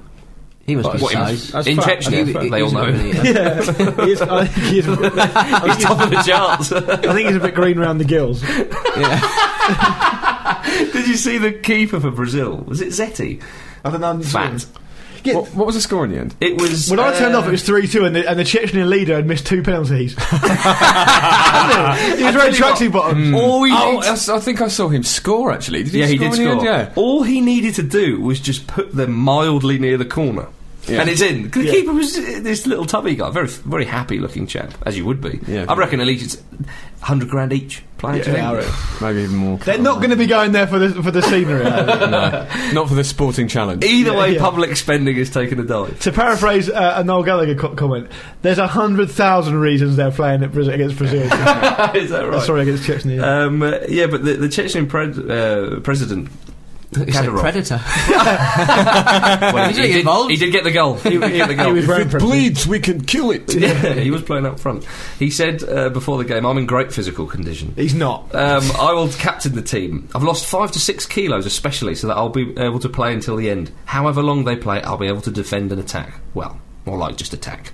He must be
Uh, What, in-
size.
That's
in
fat.
Chechnya,
That's
they all
He's
know.
a
him.
bit-
Yeah, he is, I, think he is, I think
He's
he's-
top of the charts.
I think he's a bit green round the gills.
Did you see the keeper for Brazil? Was it Zetti?
I don't know.
Fat.
Yeah.
what, what was the score in the end?
It was.
When I turned
uh,
off, it was 3 2, and the, and the Chechnyan leader had missed two penalties. he was
tell
wearing
you what,
tracksuit bottoms.
All he
Oh,
needs-
I, s- I think I saw him score actually. Did he
yeah, he
score
did
in the
score.
end? Yeah.
All he needed to do was just put them mildly near the corner.
Yeah.
And it's in. The
Yeah.
keeper was uh, this little tubby guy, very very happy looking chap, as you would be.
Yeah.
I reckon at least it's hundred grand each. Playing
Yeah, I
to
reckon.
Maybe even more.
They're not going to be going there for the, for the scenery. I think.
Not for the sporting challenge.
Either
Yeah,
way,
yeah.
public spending is taking a dive.
To paraphrase uh, a Noel Gallagher co- comment, there's a hundred thousand reasons they're playing at Brazil, against Brazil. Uh,
is that right?
Sorry, against Chechnya.
Um, uh, yeah, but the, the Chechen pred- uh, president.
He's a
Kadyrov.
predator.
Well,
He's getting involved.
he did get the goal. He, he get the goal.
He was very impressive.
we can kill it.
Yeah, he was playing up front. He said uh, before the game, "I'm in great physical condition.
He's not.
Um, I will captain the team. I've lost five to six kilos, especially, so that I'll be able to play until the end. However long they play, I'll be able to defend and attack. Well, more like just attack.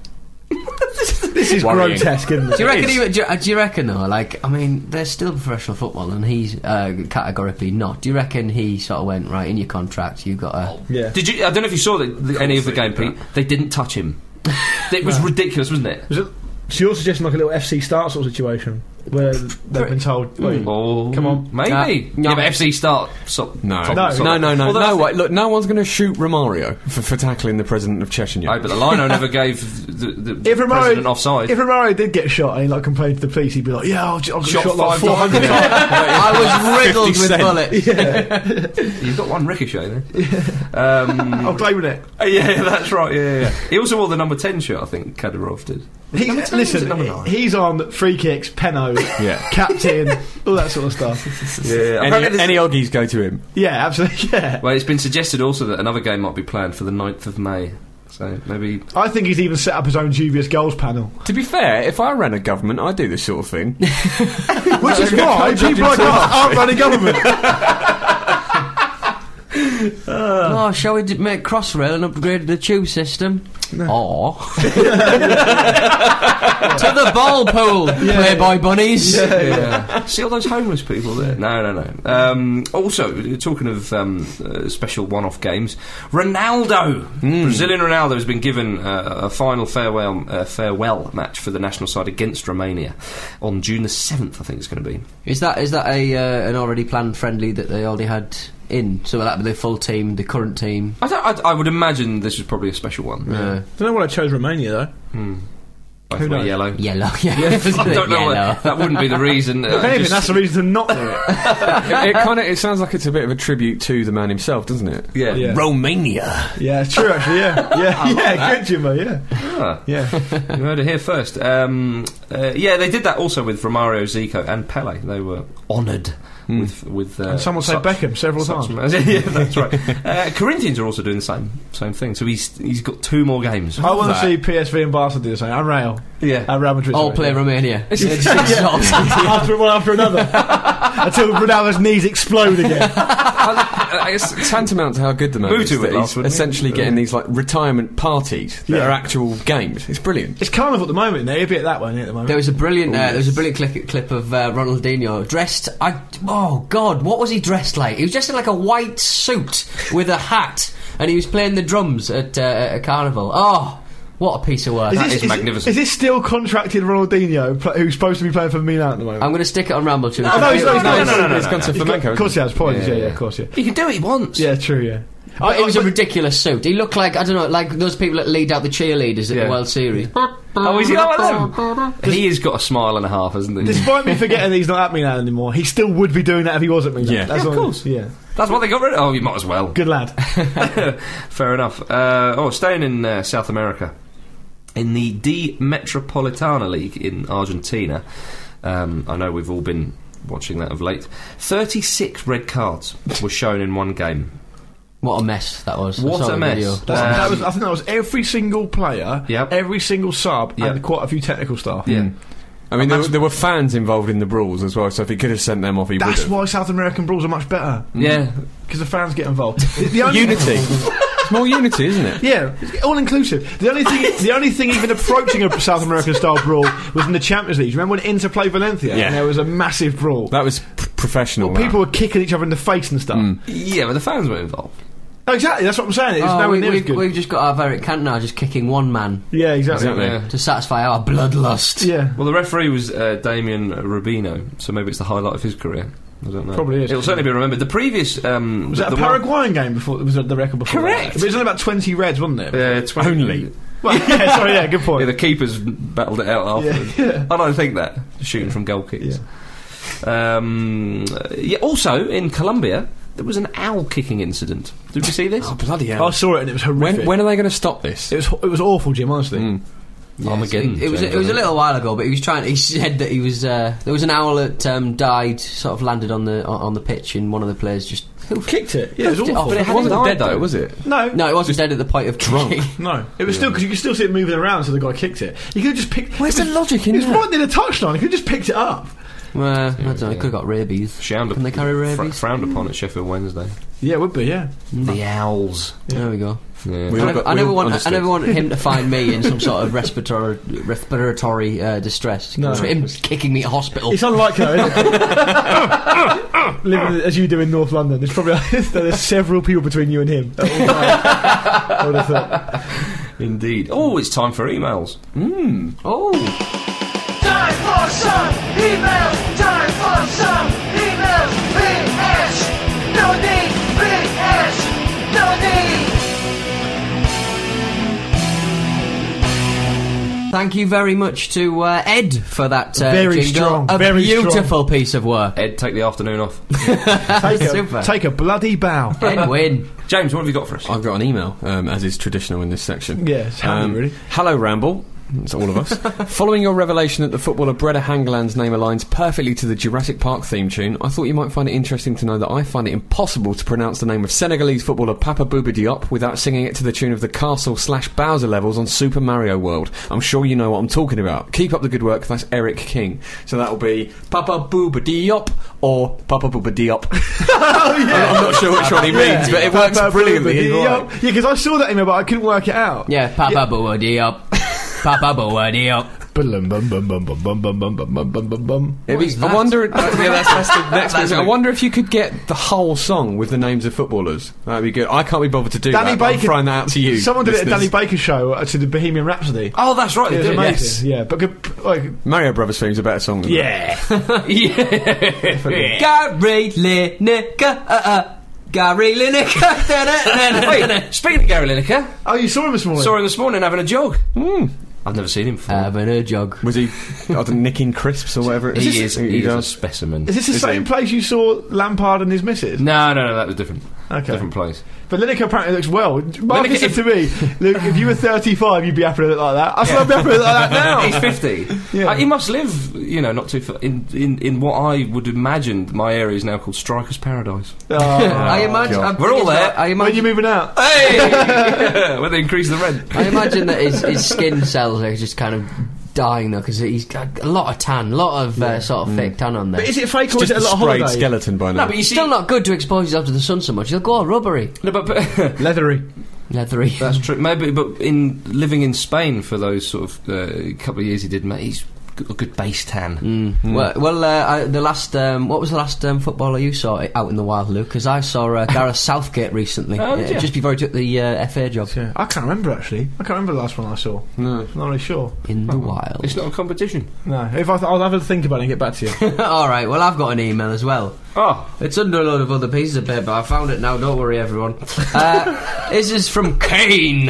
This is
worrying.
grotesque, isn't it?
Do you reckon? He, do, you- uh, do you reckon though? Like, I mean, they're still professional football, and he's uh, categorically not. Do you reckon he sort of went right in your contract? You got to.
Yeah.
Did you? I don't know if you saw the, the, any of the game, Pete. They didn't touch him. it was ridiculous, wasn't it?
Was it, so you're suggesting like a little FC start sort of situation where they've been told, "Wait,
Oh,
Mm. Come on.
Uh,
maybe.
no.
yeah, but FC start. So,
No.
No.
sorry.
no, no, no,
Although I
no.
think-
Way. Look, no one's going to shoot Romario for, for tackling the president of Chechnya.
Oh, but the Lino never gave the, the
If Romario-
president offside.
If Romario did get shot and he like complained to the police, he'd be like, "Yeah, I'll, j- I'll get
Shot
shot, like
five
400 times."
I was riddled with
cent.
bullets.
You've got one ricochet there. um,
I'm claiming it.
Oh, yeah, that's right. Yeah, yeah, yeah. He also wore the number ten shirt. I think Kadyrov did.
He,
Number 10 is it number
listen,
nine?
he's on free kicks, penos,
Yeah.
captain, all that sort of stuff.
Yeah, apparently
Any,
there's-
any oggies go to him.
Yeah, absolutely. Yeah,
Well, it's been suggested also that another game might be planned for the 9th of May. So maybe.
I think he's even set up his own dubious goals panel,
To be fair, if I ran a government, I'd do this sort of thing.
which is why people like us aren't running government.
oh, shall we d- make Crossrail and upgrade the tube system? Or to the ball pool, Playboy bunnies.
Oh, Yeah. See all those homeless people there? No, no, no. Um, also, talking of um, uh, special one off games, Ronaldo! Brazilian Ronaldo has been given uh, a final farewell, uh, farewell match for the national side against Romania on June the 7th, I think it's going to be.
Is that is that a uh, an already planned friendly that they already had in? So that'd be the full team, the current team.
I, don't, I, I would imagine this is probably a special one.
Uh,
don't know what I chose Romania though.
Both wear
knows?
yellow.
yellow, yeah.
I don't know.
Yellow.
why- That wouldn't be the reason.
If anything, that's the reason to not do it.
it kind of it sounds like it's a bit of a tribute to the man himself, doesn't it?
yeah.
Yeah.
Romania.
Yeah, it's true. Actually, yeah, yeah, yeah. Good humour. Yeah,
Ah.
yeah.
You heard it here first. Um, uh, yeah, they did that also with Romario, Zico, and Pele. They were honoured with with. Uh,
And someone said
such-
Beckham several
such-
times.
yeah, that's right. Uh, Corinthians are also doing the same same thing. So he's he's got two more games.
I want to see PSV and Barca do the same. I'm Real.
Yeah.
I'm Real Madrid.
All
sorry.
play Romania. Yeah, just exhaust.
after one after another until Ronaldo's knees explode again.
I- I- Uh, it's tantamount to how good the man
Move
is.
to it
that
last,
he's
wouldn't you?
essentially getting these like retirement parties that
Yeah.
are actual games. It's brilliant.
It's carnival at the moment. Though. You'd be at that one at the moment.
There was a brilliant, uh, there was a brilliant clip, clip of uh, Ronaldinho dressed. I oh god, what was he dressed like? He was dressed in like a white suit with a hat, and he was playing the drums at uh, at a carnival. Oh, what a piece of work!
That is magnificent.
Is this still contracted Ronaldinho, pl- who's supposed to be playing for Milan at the moment?
I'm going to stick it on Ramble Tunes.
no, he's not.
No,
He's not.
no, no, no, no,
He's
no,
gone
no.
to
He's
Flamenco.
got-
Of course he has. Points.
Yeah,
Yeah, yeah,
yeah.
of course, yeah.
He can do it. He wants.
Yeah, true, yeah.
But it was a ridiculous suit. He looked like I don't know, like those people that lead out the cheerleaders at
Yeah.
the World Series.
Oh, is he not one of them? He has got a smile and a half, hasn't he?
Despite me forgetting that he's not at Milan anymore, he still would be doing that if he was at Milan.
Yeah.
That's
Yeah, of
all-
course.
Yeah,
That's what they got rid of. Oh, you might as well.
good lad.
Fair enough. Uh, oh, staying in uh, South America, in the D Metropolitana League in Argentina. Um, I know we've all been watching that of late. Thirty-six red cards were shown in one game.
What a mess that was. I
What
saw
a
the
mess.
video.
That's, that
Um,
was, I think that was every single player,
Yep.
every Mm. single sub,
Yep.
and quite a few technical staff.
Yeah.
I mean, there, were- there were fans involved in the brawls as well, so if he could have sent them off, he would
That's
have.
why South American brawls are much better
Yeah,
because the fans get involved. The- the only-
Unity. it's more unity, isn't it?
Yeah, all inclusive. The only thing, the only thing even approaching a South American style brawl was in the Champions League. Remember when Inter played Valencia?
Yeah.
and there was a massive brawl.
That was p- professional. that.
People were kicking each other in the face and stuff.
Mm. yeah, but the fans were involved.
Oh, exactly, that's what I'm saying. It's
Oh,
nowhere
we,
near
we,
as good.
we've just got our Eric Cantona just kicking one man
yeah, exactly.
Exactly.
Yeah.
to satisfy our bloodlust.
Yeah,
Well, the referee was uh, Damien Rubino, so maybe it's the highlight of his career. I don't know.
Probably is.
It'll certainly be remembered. The previous um,
was
the,
that a
the one-
Paraguayan game before? Was that the record before?
Correct.
That? But it was only about 20 reds, wasn't it?
Uh, 20
Only.
Well, yeah, sorry, yeah, good
Yeah,
point.
the keepers battled it out
Yeah,
afterwards. I don't think that shooting from goal kicks. Um, yeah. Also in Colombia, there was an owl kicking incident. Did you see this?
Oh, bloody
I
hell.
saw it and it was horrific.
When, when are they going to stop this?
it was it was awful, Jim. Honestly,
Armageddon.
It was
James,
it was
I
a
think.
little while ago, but he was trying. He said that he was uh, there was an owl that um, died, sort of landed on the on on the pitch, and one of the players just
kicked it. Yeah, it was
Kicked it
awful.
off, but
it
It
hadn't
wasn't
died,
dead though,
though.
was it?
no,
no, it wasn't dead at the point of
drunk.
kicking.
No, it was still because you could still see it moving around, so the guy kicked it. You could have just picked.
Where's
it was-
the logic in
It was
that?
right near the touchline. You could have just picked it up.
Well, I don't know. It could have got rabies.
Frowned
Can they
upon-
carry
fr-
rabies?
frowned upon at Sheffield Wednesday.
Yeah, it would be. Yeah,
The owls.
There we go.
Yeah.
We
I
all
never,
got-
I
we
never
all
want. I
understood.
never want him to find me in some sort of respiratory respiratory uh, distress.
No.
him kicking me to hospital.
it's unlikely. Though, isn't it? Living as you do in North London, there's probably there's several people between you and him. At all times. I would have thought.
Indeed. Oh, it's time for emails.
oh,
Time for some emails. Time for some emails. BS. No need. BS. No need.
thank you very much to uh, Ed for that. Uh,
Very
jingle.
strong,
A
very strong.
beautiful piece of work.
Ed, take the afternoon off.
Take
Super.
a, take a bloody bow.
Ed win. Oh,
James, what have you got for us?
I've got an email, um, as is traditional in this section.
Yeah, it's handy, really.
Hello, Ramble. That's all of us. Following your revelation that the footballer Breda Hangeland's name aligns perfectly to the Jurassic Park theme tune, I thought you might find it interesting to know that I find it impossible to pronounce the name of Senegalese footballer Papa Bouba Diop without singing it to the tune of the Castle slash Bowser levels on Super Mario World. I'm sure you know what I'm talking about. Keep up the good work. That's Eric King. So that'll be Papa Bouba Diop or Papa Bouba Diop. I'm not sure which one he means, but it works
Papa
brilliantly.
Booba
either way.
Diop. Yeah, because I saw that email, but I couldn't work it out.
Yeah, Papa yeah. up. Papa Boody up.
Bum, bum, bum, bum, bum, bum, bum, bum, bum, bum, bum, bum.
It'd be-
is
I
that?
wonder. yeah, that's, that's the next question. I wonder if you could get the whole song with the names of footballers. That'd be good. I can't be bothered to do
Danny
that. but I'm
Baker-
throwing that out to you.
Someone did it at
listeners.
Danny Baker show uh, to the Bohemian Rhapsody.
Oh, that's right. they
It was
did,
amazing.
yes.
Yeah, but good- like,
Mario Brothers theme's a better song. Than
yeah.
yeah. Gary Lineker. Uh, uh. Gary Lineker. Da-da-da-da-da-da.
Wait, speaking of Gary Lineker,
Oh, you saw him this morning.
saw him this morning having a jog. I've never seen him before.
Having a jog.
That. Was he I don't know, nicking crisps or whatever? It
he is,
He
he is a
does.
specimen.
Is this the same place you saw Lampard and his missus?
No, no, no, that was different.
Okay.
Different place.
But Lineker apparently looks well. Mark
Lineker-
said to me, "Look, if you were 35, you'd be happy to look like that." I said, "I'd be happy to look like that
He's
now."
50.
Yeah.
Uh, he must live, you know, not too far. In, in, in what I would imagine my area is now called Striker's Paradise.
Oh.
I imagine. I
We're all
think it's
there.
not- I
When are you
imagine.
moving out?
Hey! yeah, where they increase the rent.
I imagine that his, his skin cells are just kind of dying though because he's got a lot of tan, a lot of uh, sort of fake tan on there.
But is it fake or
Just
is it
a
a lot of
sprayed
holiday?
skeleton by now.
Mm. No, but you
It's
see,
still not good to expose yourself to the sun so much. You'll go all rubbery,
No, but, but
Leathery.
leathery.
that's true. Maybe, but in living in Spain for those sort of uh, couple of years he did, mate, he's got a good base tan.
Mm. Well, well uh, I, the last um, what was the last um, footballer you saw out in the wild, Luke? Because I saw uh, Gareth Southgate recently,
Oh,
uh,
did you?
just before he took the uh, FA job
Yeah, I can't remember actually. I can't remember the last one I saw.
no.
I'm not really sure.
in the wild.
It's not a competition.
No, if I th- I'll have a think about it and get back to you.
all right. Well, I've got an email as well.
Oh,
It's under a load of other pieces of paper. I found it now. Don't worry, everyone. Uh, this is from Kane.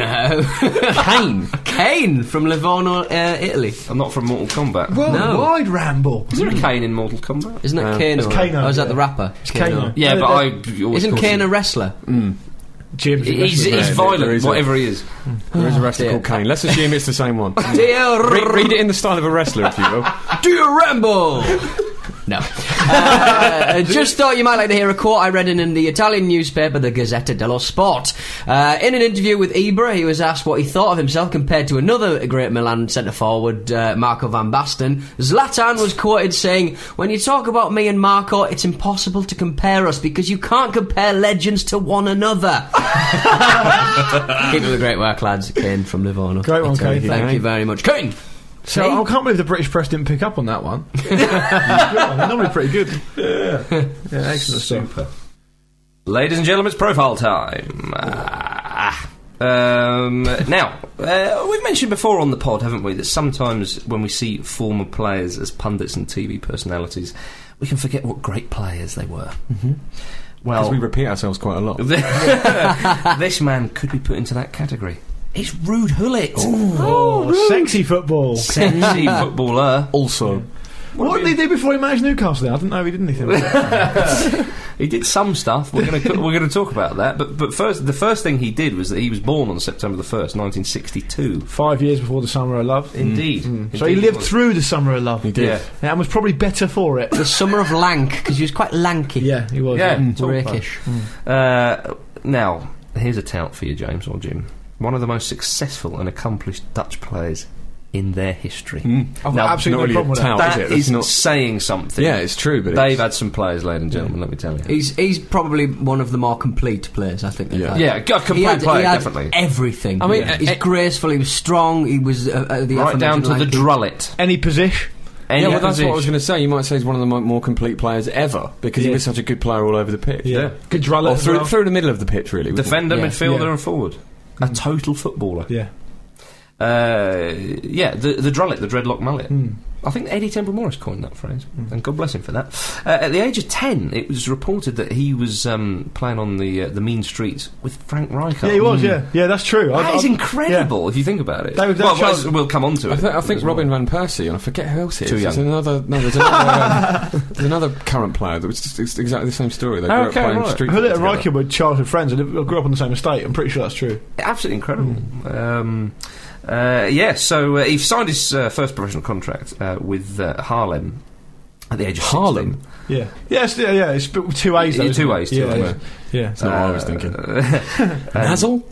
Kane. Kane from Livorno, uh, Italy.
I'm not from Mortal Kombat.
Worldwide ramble.
Is there a Kane in Mortal Kombat?
Isn't
Uh,
that Kane?
it's Kano,
Oh, is that
yeah.
the rapper? It's
Kano.
Yeah,
No,
but
no.
I always
Isn't
thought
Kane
he-
a wrestler?
Jim's
He's,
aggressive.
he's
Yeah, there
violent,
is a-
whatever he is.
There is a wrestler
dear.
called Kane. Let's assume it's the same one.
Dear
read, read it in the style of a wrestler, if you will.
Dear Rambo! No. Uh, just thought you might like to hear a quote I read in, in the Italian newspaper, the Gazzetta dello Sport. Uh, in an interview with Ibra, he was asked what he thought of himself compared to another great Milan centre forward, uh, Marco Van Basten. Zlatan was quoted saying, When you talk about me and Marco, it's impossible to compare us because you can't compare legends to one another. Keep up the great work, lads. Kane from Livorno.
Great one,
Italy.
Kane.
Thank you very much. Kane!
So I can't believe the British press didn't pick up on that one. Good one. They're normally pretty good. Yeah, yeah excellent stuff.
Ladies and gentlemen, it's profile time. Ah. Um, now, uh, we've mentioned before on the pod, haven't we, that sometimes when we see former players as pundits and TV personalities, we can forget what great players they were. Mm-hmm.
Because
Well,
we repeat ourselves quite a lot.
this man could be put into that category. It's Rude Hullet.
Oh, sexy football.
Sexy footballer.
Also,
What, did they do before he managed Newcastle? then? I didn't know he did anything. with it.
He did some stuff. We're going to we're going to talk about that. But but first, the first thing he did was that he was born on September the first, nineteen sixty two.
Five years before the Summer of Love.
Indeed.
So he
Mm. Indeed
lived
was.
through the Summer of Love.
he did.
Yeah.
Yeah, and was probably better for it.
The summer of lank, because he was quite lanky.
Yeah, he was.
Yeah,
Mm.
tall bloke.
Rakish.
Uh, now, here's a tout for you, James or Jim. One of the most successful and accomplished Dutch players in their history.
Hmm.
I've got
Now,
Not
absolutely
really
no problem
a
with that.
That
tout, Oh, is it?
is,
That's not,
saying something.
yeah, it's true, but
They've
it's,
had some players, ladies and gentlemen. Let me tell you.
He's he's probably one of the more complete players, I think. they've
Yeah.
had.
Yeah, a complete
He had,
player,
he had
definitely.
Everything.
I mean,
Yeah.
uh,
he's
uh,
graceful. He was strong. He was uh, uh, the
Right down
aforementioned
to the
lanky.
drullet.
Any position.
Any
yeah, well, that's what I was
position.
going to say. You might say he's one of the mo- more complete players ever because he
Yeah.
was such a good player all over the pitch.
Good driller.
Or
as
through,
well.
through the middle of the pitch, really. wasn't
Defender,
Yeah,
midfielder,
yeah.
and forward. A total footballer.
Yeah.
Uh, yeah, the the drullet, the dreadlock mullet.
Hmm.
I think Eddie Temple Morris coined that phrase, and God bless him for that. Uh, at the age of ten, it was reported that he was um, playing on the uh, the mean streets with Frank Rijkaard. Hmm.
Yeah, he was. Yeah, yeah, that's true. I-
That is
I-
incredible if you think about it.
That was- that
well,
child-
well, we'll come on to it.
it? I, think I think
There's
Robin
more.
Van Persie, and I forget who else it is.
Too
There's
young.
another, no, there's another, um, there's another current player that was just, it's exactly the same story. They grew up
Okay,
playing
right.
street
Hullet
football
and
together.
Riker were childhood friends and they grew up on the same estate. I'm pretty sure that's true.
Hmm.
Absolutely incredible. Um, Uh, yeah, so uh, he signed his uh, first professional contract uh, with uh, Harlem at the age of
Harlem?
16.
Yeah. Yes. Yeah. Yeah. It's but two A's. Though,
Yeah, two
isn't it?
A's, two
Yeah.
A's.
Yeah.
That's not what I was
Uh,
thinking. Nazzle?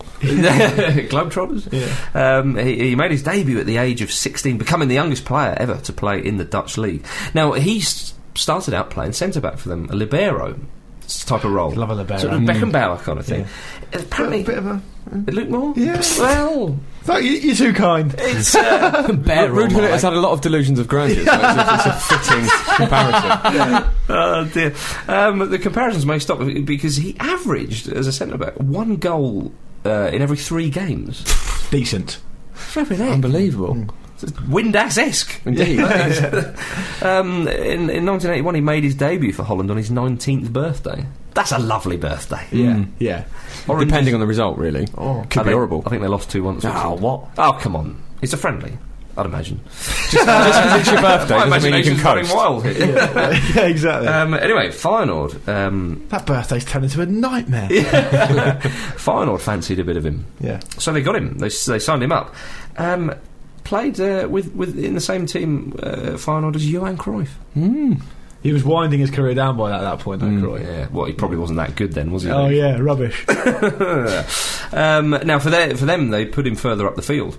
Globetrotters.
Yeah.
Um, he, he made his debut at the age of 16, becoming the youngest player ever to play in the Dutch league. Now, he s- started out playing centre back for them, a libero s- type of role.
Love a libero.
Sort of Beckenbauer kind of thing. Apparently,
Bit of a-
Luke Moore?
Yeah.
Well,
No, you- you're too kind.
it's. Uh,
Bear
Rude
all my
Hullet has
life.
had a lot of delusions of grandeur, so it's, it's a fitting comparison.
oh dear. Um, the comparisons may stop because he averaged, as a centre back, one goal uh, in every three games.
Decent.
Flipping heck.
Unbelievable.
Windass esque.
Indeed.
Um, in, in 1981, he made his debut for Holland on his 19th birthday. That's a lovely birthday.
Mm.
Yeah.
Oranges-
Depending on the result, really.
Oh.
Could
I
be
think-
horrible.
I think they lost 2 1.
Oh, what?
Oh, come on. It's a friendly, I'd imagine.
Just 'cause it's your birthday
My
doesn't mean you can
imagination's running
coast.
wild here.
yeah. Exactly.
Um, anyway, Feyenoord. Um,
that birthday's turned into a nightmare. Yeah.
Feyenoord fancied a bit of him. So they got him. They, s- they signed him up. Um, played uh, with, with in the same team, uh, Feyenoord, as Johan Cruyff.
He was winding his career down by that, that point. Though,
Mm.
Croy.
Yeah, well, he probably wasn't that good then, was he?
Oh yeah. Rubbish.
um, now, for, their, for them, they put him further up the field.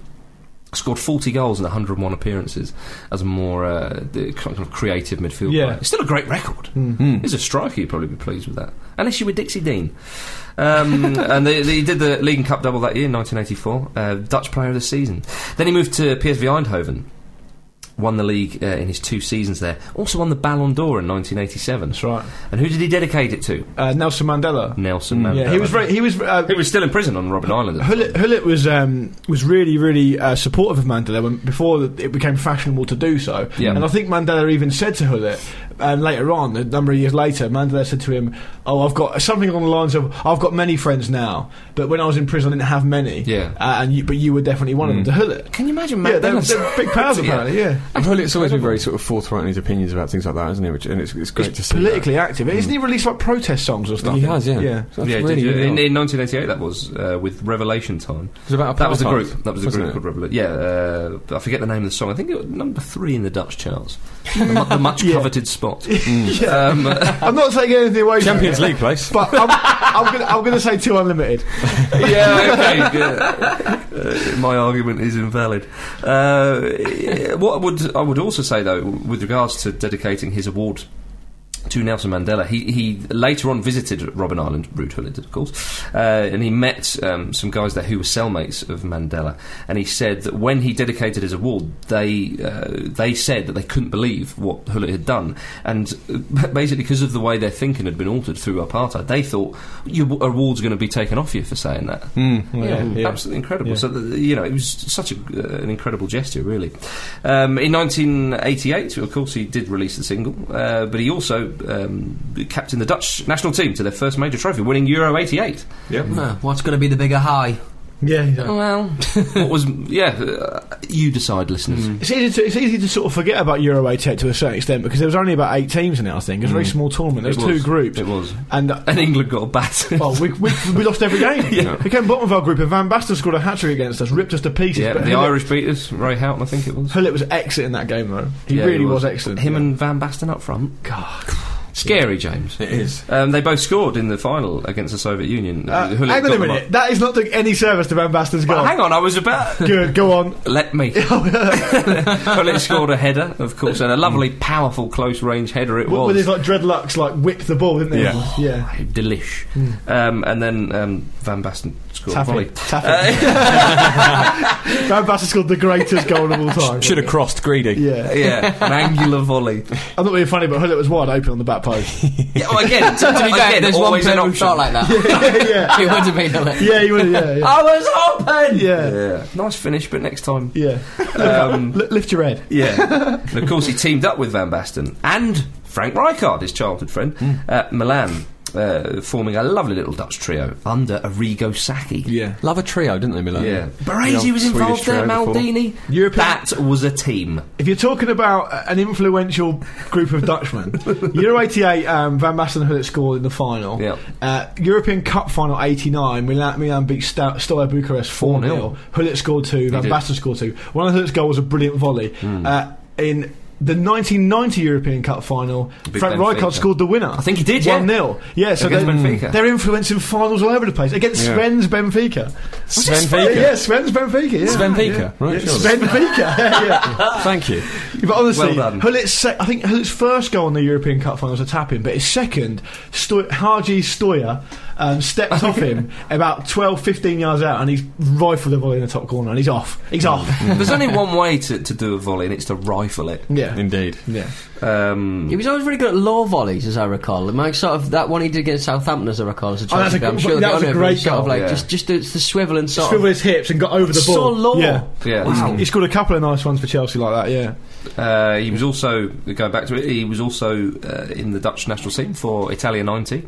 Scored 40 goals in 101 appearances as a more uh, the kind of creative midfielder.
Yeah.
It's still a great record.
Mm.
He's a striker, you'd probably be pleased with that. Unless you were Dixie Dean. Um, and they, they did the League and Cup double that year, 1984. Uh, Dutch Player of the Season. Then he moved to PSV Eindhoven. Won the league uh, in his two seasons there. Also won the Ballon d'Or in 1987.
That's right.
And who did he dedicate it to?
Uh, Nelson Mandela.
Nelson Mandela.
Mm, Yeah. He was. Very, he was. Uh,
He was still in prison on Robin Island. at the
Hullet, Hullet was um, was really really uh, supportive of Mandela when before it became fashionable to do so.
Yeah.
And I think Mandela even said to Hullet, and later on, a number of years later, Mandela said to him, "Oh, I've got something along the lines of I've got many friends now, but when I was in prison, I didn't have many.
Yeah.
uh, and you, but you were definitely one of them." To Hullet,
Can you imagine
yeah, they're,
Mandela's
they're big powers apparently. Yeah,
Well, it's always been very sort of forthright in his opinions about things like that, isn't he? Which, and it's, it's great to
he's
see. that.
politically active. Isn't he released like protest songs or stuff?
He has, yeah.
yeah.
So
Mm.
that's
yeah,
really,
did you-
really
in,
odd.
in 1988 that was uh, with Revelation Time.
It was about
That was the
apartheid,
group. That was the
wasn't
group
it?
called Revelation. Yeah, uh, I forget the name of the song. I think it was number three in the Dutch charts. the, mu- the much coveted spot. Um,
I'm not taking anything away. from
Champions
it,
League place.
But I'm, I'm gonna I'm gonna say two unlimited.
yeah, okay. yeah. Uh, my argument is invalid. Uh, yeah, what I would I would also say though, with regards to dedicating his award to Nelson Mandela, he, he later on visited Robin Island, Ruud Hullet, of course, uh, and he met um, some guys there who were cellmates of Mandela, and he said that when he dedicated his award, they uh, they said that they couldn't believe what Hullet had done, and uh, basically because of the way their thinking had been altered through apartheid, they thought your w- award's going to be taken off you for saying that. Yeah, absolutely incredible. So, th you know, it was such a, uh, an incredible gesture, really. Um, in 1988, of course, he did release the single, uh, but he also um, captained the Dutch national team to their first major trophy, winning Euro 88.
Huh, What's going to be the bigger high?
Yeah, exactly.
Well, what was, yeah, uh, you decide, listeners.
It's easy, to, it's easy to sort of forget about Euro 88 to a certain extent because there was only about eight teams in it, I think. It was a very small tournament. There was,
Mm. It was.
two groups.
It was.
And, uh,
And England got battered.
well, we, we, we lost every game. We came bottom of our group and Van Basten scored a hat-trick against us, ripped us to pieces.
yeah,
but
the
Hullet-
Irish beat us, Ray Houghton, I think it was.
Hullet was excellent in that game, though. He
Yeah,
really was. excellent.
Him
Yeah.
and Van Basten up front.
God.
Scary, James.
It is.
Um, they both scored in the final against the Soviet Union.
Uh,
Hullet
hang
got
on a
them up.
minute. That is not doing any service to Van Basten's goal.
Well, hang on, I was about.
Good, go on.
Let me.
Oh,
Hullet scored a header, of course, and a lovely,
Hmm.
powerful, close range header it
What, with his
was.
like dreadlocks, like whip the ball, didn't they?
Yeah.
yeah.
Delish.
Hmm.
Um, and then um, Van Basten scored a
Tap
volley.
it. Tap it. Van Basten scored the greatest goal of all time.
Uh, Should have crossed greedy.
Yeah.
yeah, an angular volley.
I'm not being funny, but Hullet was wide open on the back post.
Yeah, well, again, to,
To be fair,
again,
there's one
always
player
an
who
option.
shot like that.
yeah,
it would have been a
yeah, you would. Yeah, yeah,
I was open.
Yeah.
nice finish, but next time. um,
yeah. Look up, li- lift your head.
Yeah. and
Hmm.
of course, he teamed up with Van Basten and Frank Rijkaard, his childhood friend, at Milan. uh, forming a lovely little Dutch trio under Arrigo Sacchi.
Yeah. Love a trio, didn't they, Milan?
Yeah.
The
Baresi
old
was
Swedish
involved there,
trio before.
Maldini.
European-
That was a team.
If you're talking about a- an influential group of Dutchmen, Euro 88, um, Van Bastenhood had scored in the final.
Yep.
Uh, European Cup final 89, Milan, Milan beat Sta- Steaua Bucharest 4 0. Hullet scored two, Van
did. Hmm.
Basten scored two. One of Hullet's goals was a brilliant volley. Uh, in the 1990 European Cup final,
Big
Frank
Benfica.
Rijkaard scored the winner.
I think he did, yeah.
1 0. Yeah, so
Against
they're,
Benfica.
they're influencing finals all over the place. Against
Yeah.
Sven's Benfica.
Sven
Yeah,
Vika.
yeah, Sven's Benfica. Yeah.
Svenfica,
Yeah.
right,
Yeah,
sure.
Svenfica. yeah.
Thank you.
But honestly,
Well done.
Hullet's sec- I think Hullet's first goal in the European Cup final was a tap in, but his second, Sto- Haji Stoya um, stepped off him about 12, 15 yards out and he's rifled the volley in the top corner and he's off. He's off.
There's only one way to, to do a volley, and it's to rifle it.
yeah.
Indeed.
yeah.
Um,
He was always really good at low volleys, as I recall. Like sort of that one he did against Southampton, as I recall, as a
Oh,
Chelsea
that's a
fan. I'm
good-
sure
that
they'll
was
get on
a
it, but
great
it's sort of
goal,
like
yeah.
just just it's the swivel and sort
Swiveled
of
his hips and got over the
so
ball.
low.
Yeah.
yeah,
He's, he scored a couple of nice ones for Chelsea like that, yeah.
Uh, he was also going back to it. He was also uh, in the Dutch national team for Italia '90.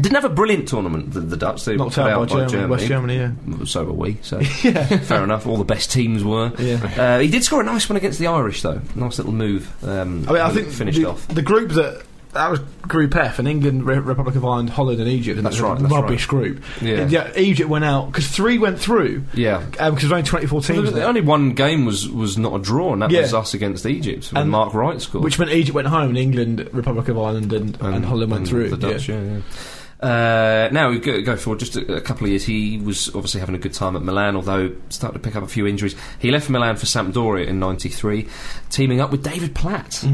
Didn't have a brilliant tournament. The, the Dutch they
Knocked
were put
out by Germany, West Germany, yeah.
So were we. So fair enough. All the best teams were.
Yeah.
Uh, he did score a nice one against the Irish, though. Nice little move. Um,
I mean, I
that
think
finished
the,
off.
the group that that was Group F, and England, Re- Republic of Ireland, Holland, and Egypt. And
That's
it was
right, that's
a rubbish group.
Yeah.
Egypt went out because three went through.
Yeah.
Um, because only 24
Well,
teams.
there-
there.
only one game was, was not a draw, and that
Yeah.
was us against Egypt. When
And-
Mark Wright scored.
Which meant Egypt went home, and England, Republic of Ireland, and, and, Holland went
and
through.
The Dutch, yeah. yeah. Uh, now we go, go forward just a, a couple of years. He was obviously having a good time at Milan, although started to pick up a few injuries. He left Milan for Sampdoria in '93, teaming up with David Platt.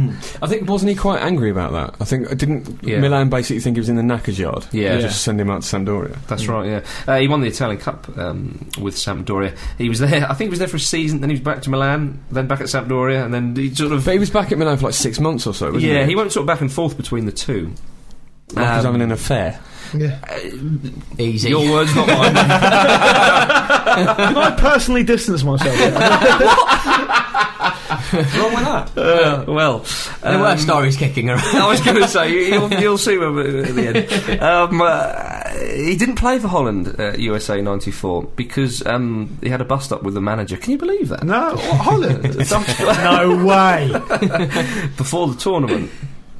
I think wasn't he quite angry about that? I think didn't
Yeah.
Milan basically think he was in the knackers yard.
Yeah.
just send him out to Sampdoria.
That's right, yeah. Uh, he won the Italian Cup um, with Sampdoria. He was there, I think he was there for a season, then he was back to Milan, then back at Sampdoria, and then he sort of.
But he was back at Milan for like six months or so. Wasn't
Yeah,
he,
he went sort of back and forth between the two.
Like he was
Um,
having an affair.
Yeah.
Easy.
Your words, not mine.
Can I personally distance myself?
Uh, well,
there were
um,
stories kicking around.
I was going to say, you- you'll, you'll see when we're at the end. Um, uh, he didn't play for Holland uh, USA 94 because um, he had a bust up with the manager. Can you believe that?
no, Holland.
Some-
no way.
Before the tournament.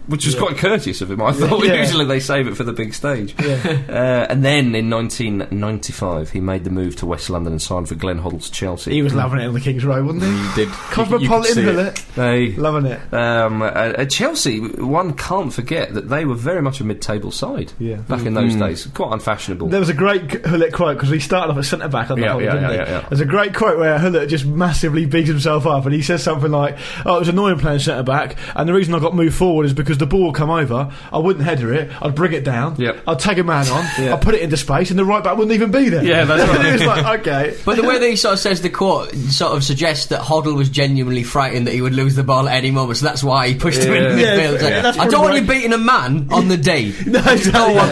Which was quite courteous of him, I thought.
Yeah.
Usually they save it for the big stage. Uh, and then in 1995, he made the move to West London and signed for Glenn Hoddle's Chelsea.
He was loving it on the King's Road, wasn't he?
He did.
Cosmopolitan Hullet.
They-
Loving it.
Um, uh, uh, Chelsea, one can't forget that they were very much a mid-table side
Yeah. Hmm.
back in those
Mm.
days. Quite unfashionable.
There was a great Hullet quote because he started off at centre back on the
Yeah,
whole,
yeah,
didn't
yeah,
he?
yeah, yeah.
There's a great quote where Hullet just massively bigs himself up and he says something like, Oh, it was annoying playing centre back, and the reason I got moved forward is because the ball would come over, I wouldn't header it, I'd bring it down,
Yep.
I'd tag a man on, I'd put it into space, and the right back wouldn't even be there.
Yeah, that's right.
it was like, okay.
But the way that he sort of says the quote sort of suggests that Hoddle was genuinely frightened that he would lose the ball at any moment, so that's why he pushed him into the
Yeah,
field. It's like,
yeah. That's
I don't want
probably
you beating a man on the day.
No, exactly.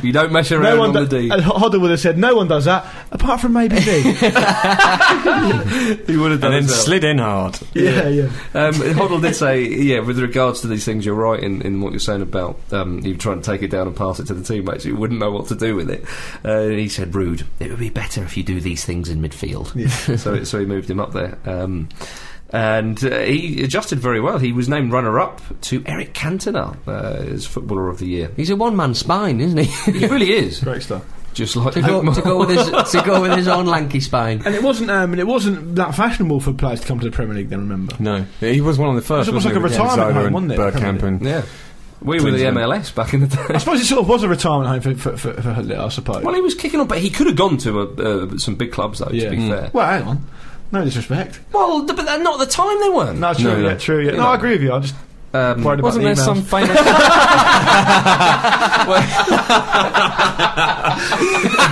You don't mess around
No one
on
do-
the D.
and Hoddle would have said, No one does that, apart from maybe me.
He would have
And then slid in hard.
yeah, yeah.
um, Hoddle did say, yeah, with regards to these things, you're right in, in what you're saying about um, you trying to take it down and pass it to the teammates who wouldn't know what to do with it. Uh, he said, rude. It would be better if you do these things in midfield. so, it- so he moved him up there. Um, and uh, he adjusted very well. He was named runner-up to Eric Cantona uh, as Footballer of the Year.
He's a one man spine, isn't he?
He really is,
Great stuff.
just like
to, go, to, go with his, to go with his own lanky spine.
And it wasn't, um, and it wasn't that fashionable for players to come to the Premier League. Then remember,
No, he was one of the first.
It was
wasn't
almost
he,
like a
with
retirement
Zola
home,
and
wasn't it,
Bergkamp and
Yeah. We were the
Twins,
MLS back in the day.
I suppose it sort of was a retirement home for for, for, for Hullet, I suppose.
Well,
Well,
he was kicking on, but he could have gone to uh, uh, some big clubs, though, to
Yeah.
be
Mm.
fair.
hang on, no disrespect.
Well, th- but they're not the time they weren't.
No, true,
No, no.
yeah, true. Yeah. No, I agree with you. I just
Um,
worried about
wasn't
the
there
emails.
some famous?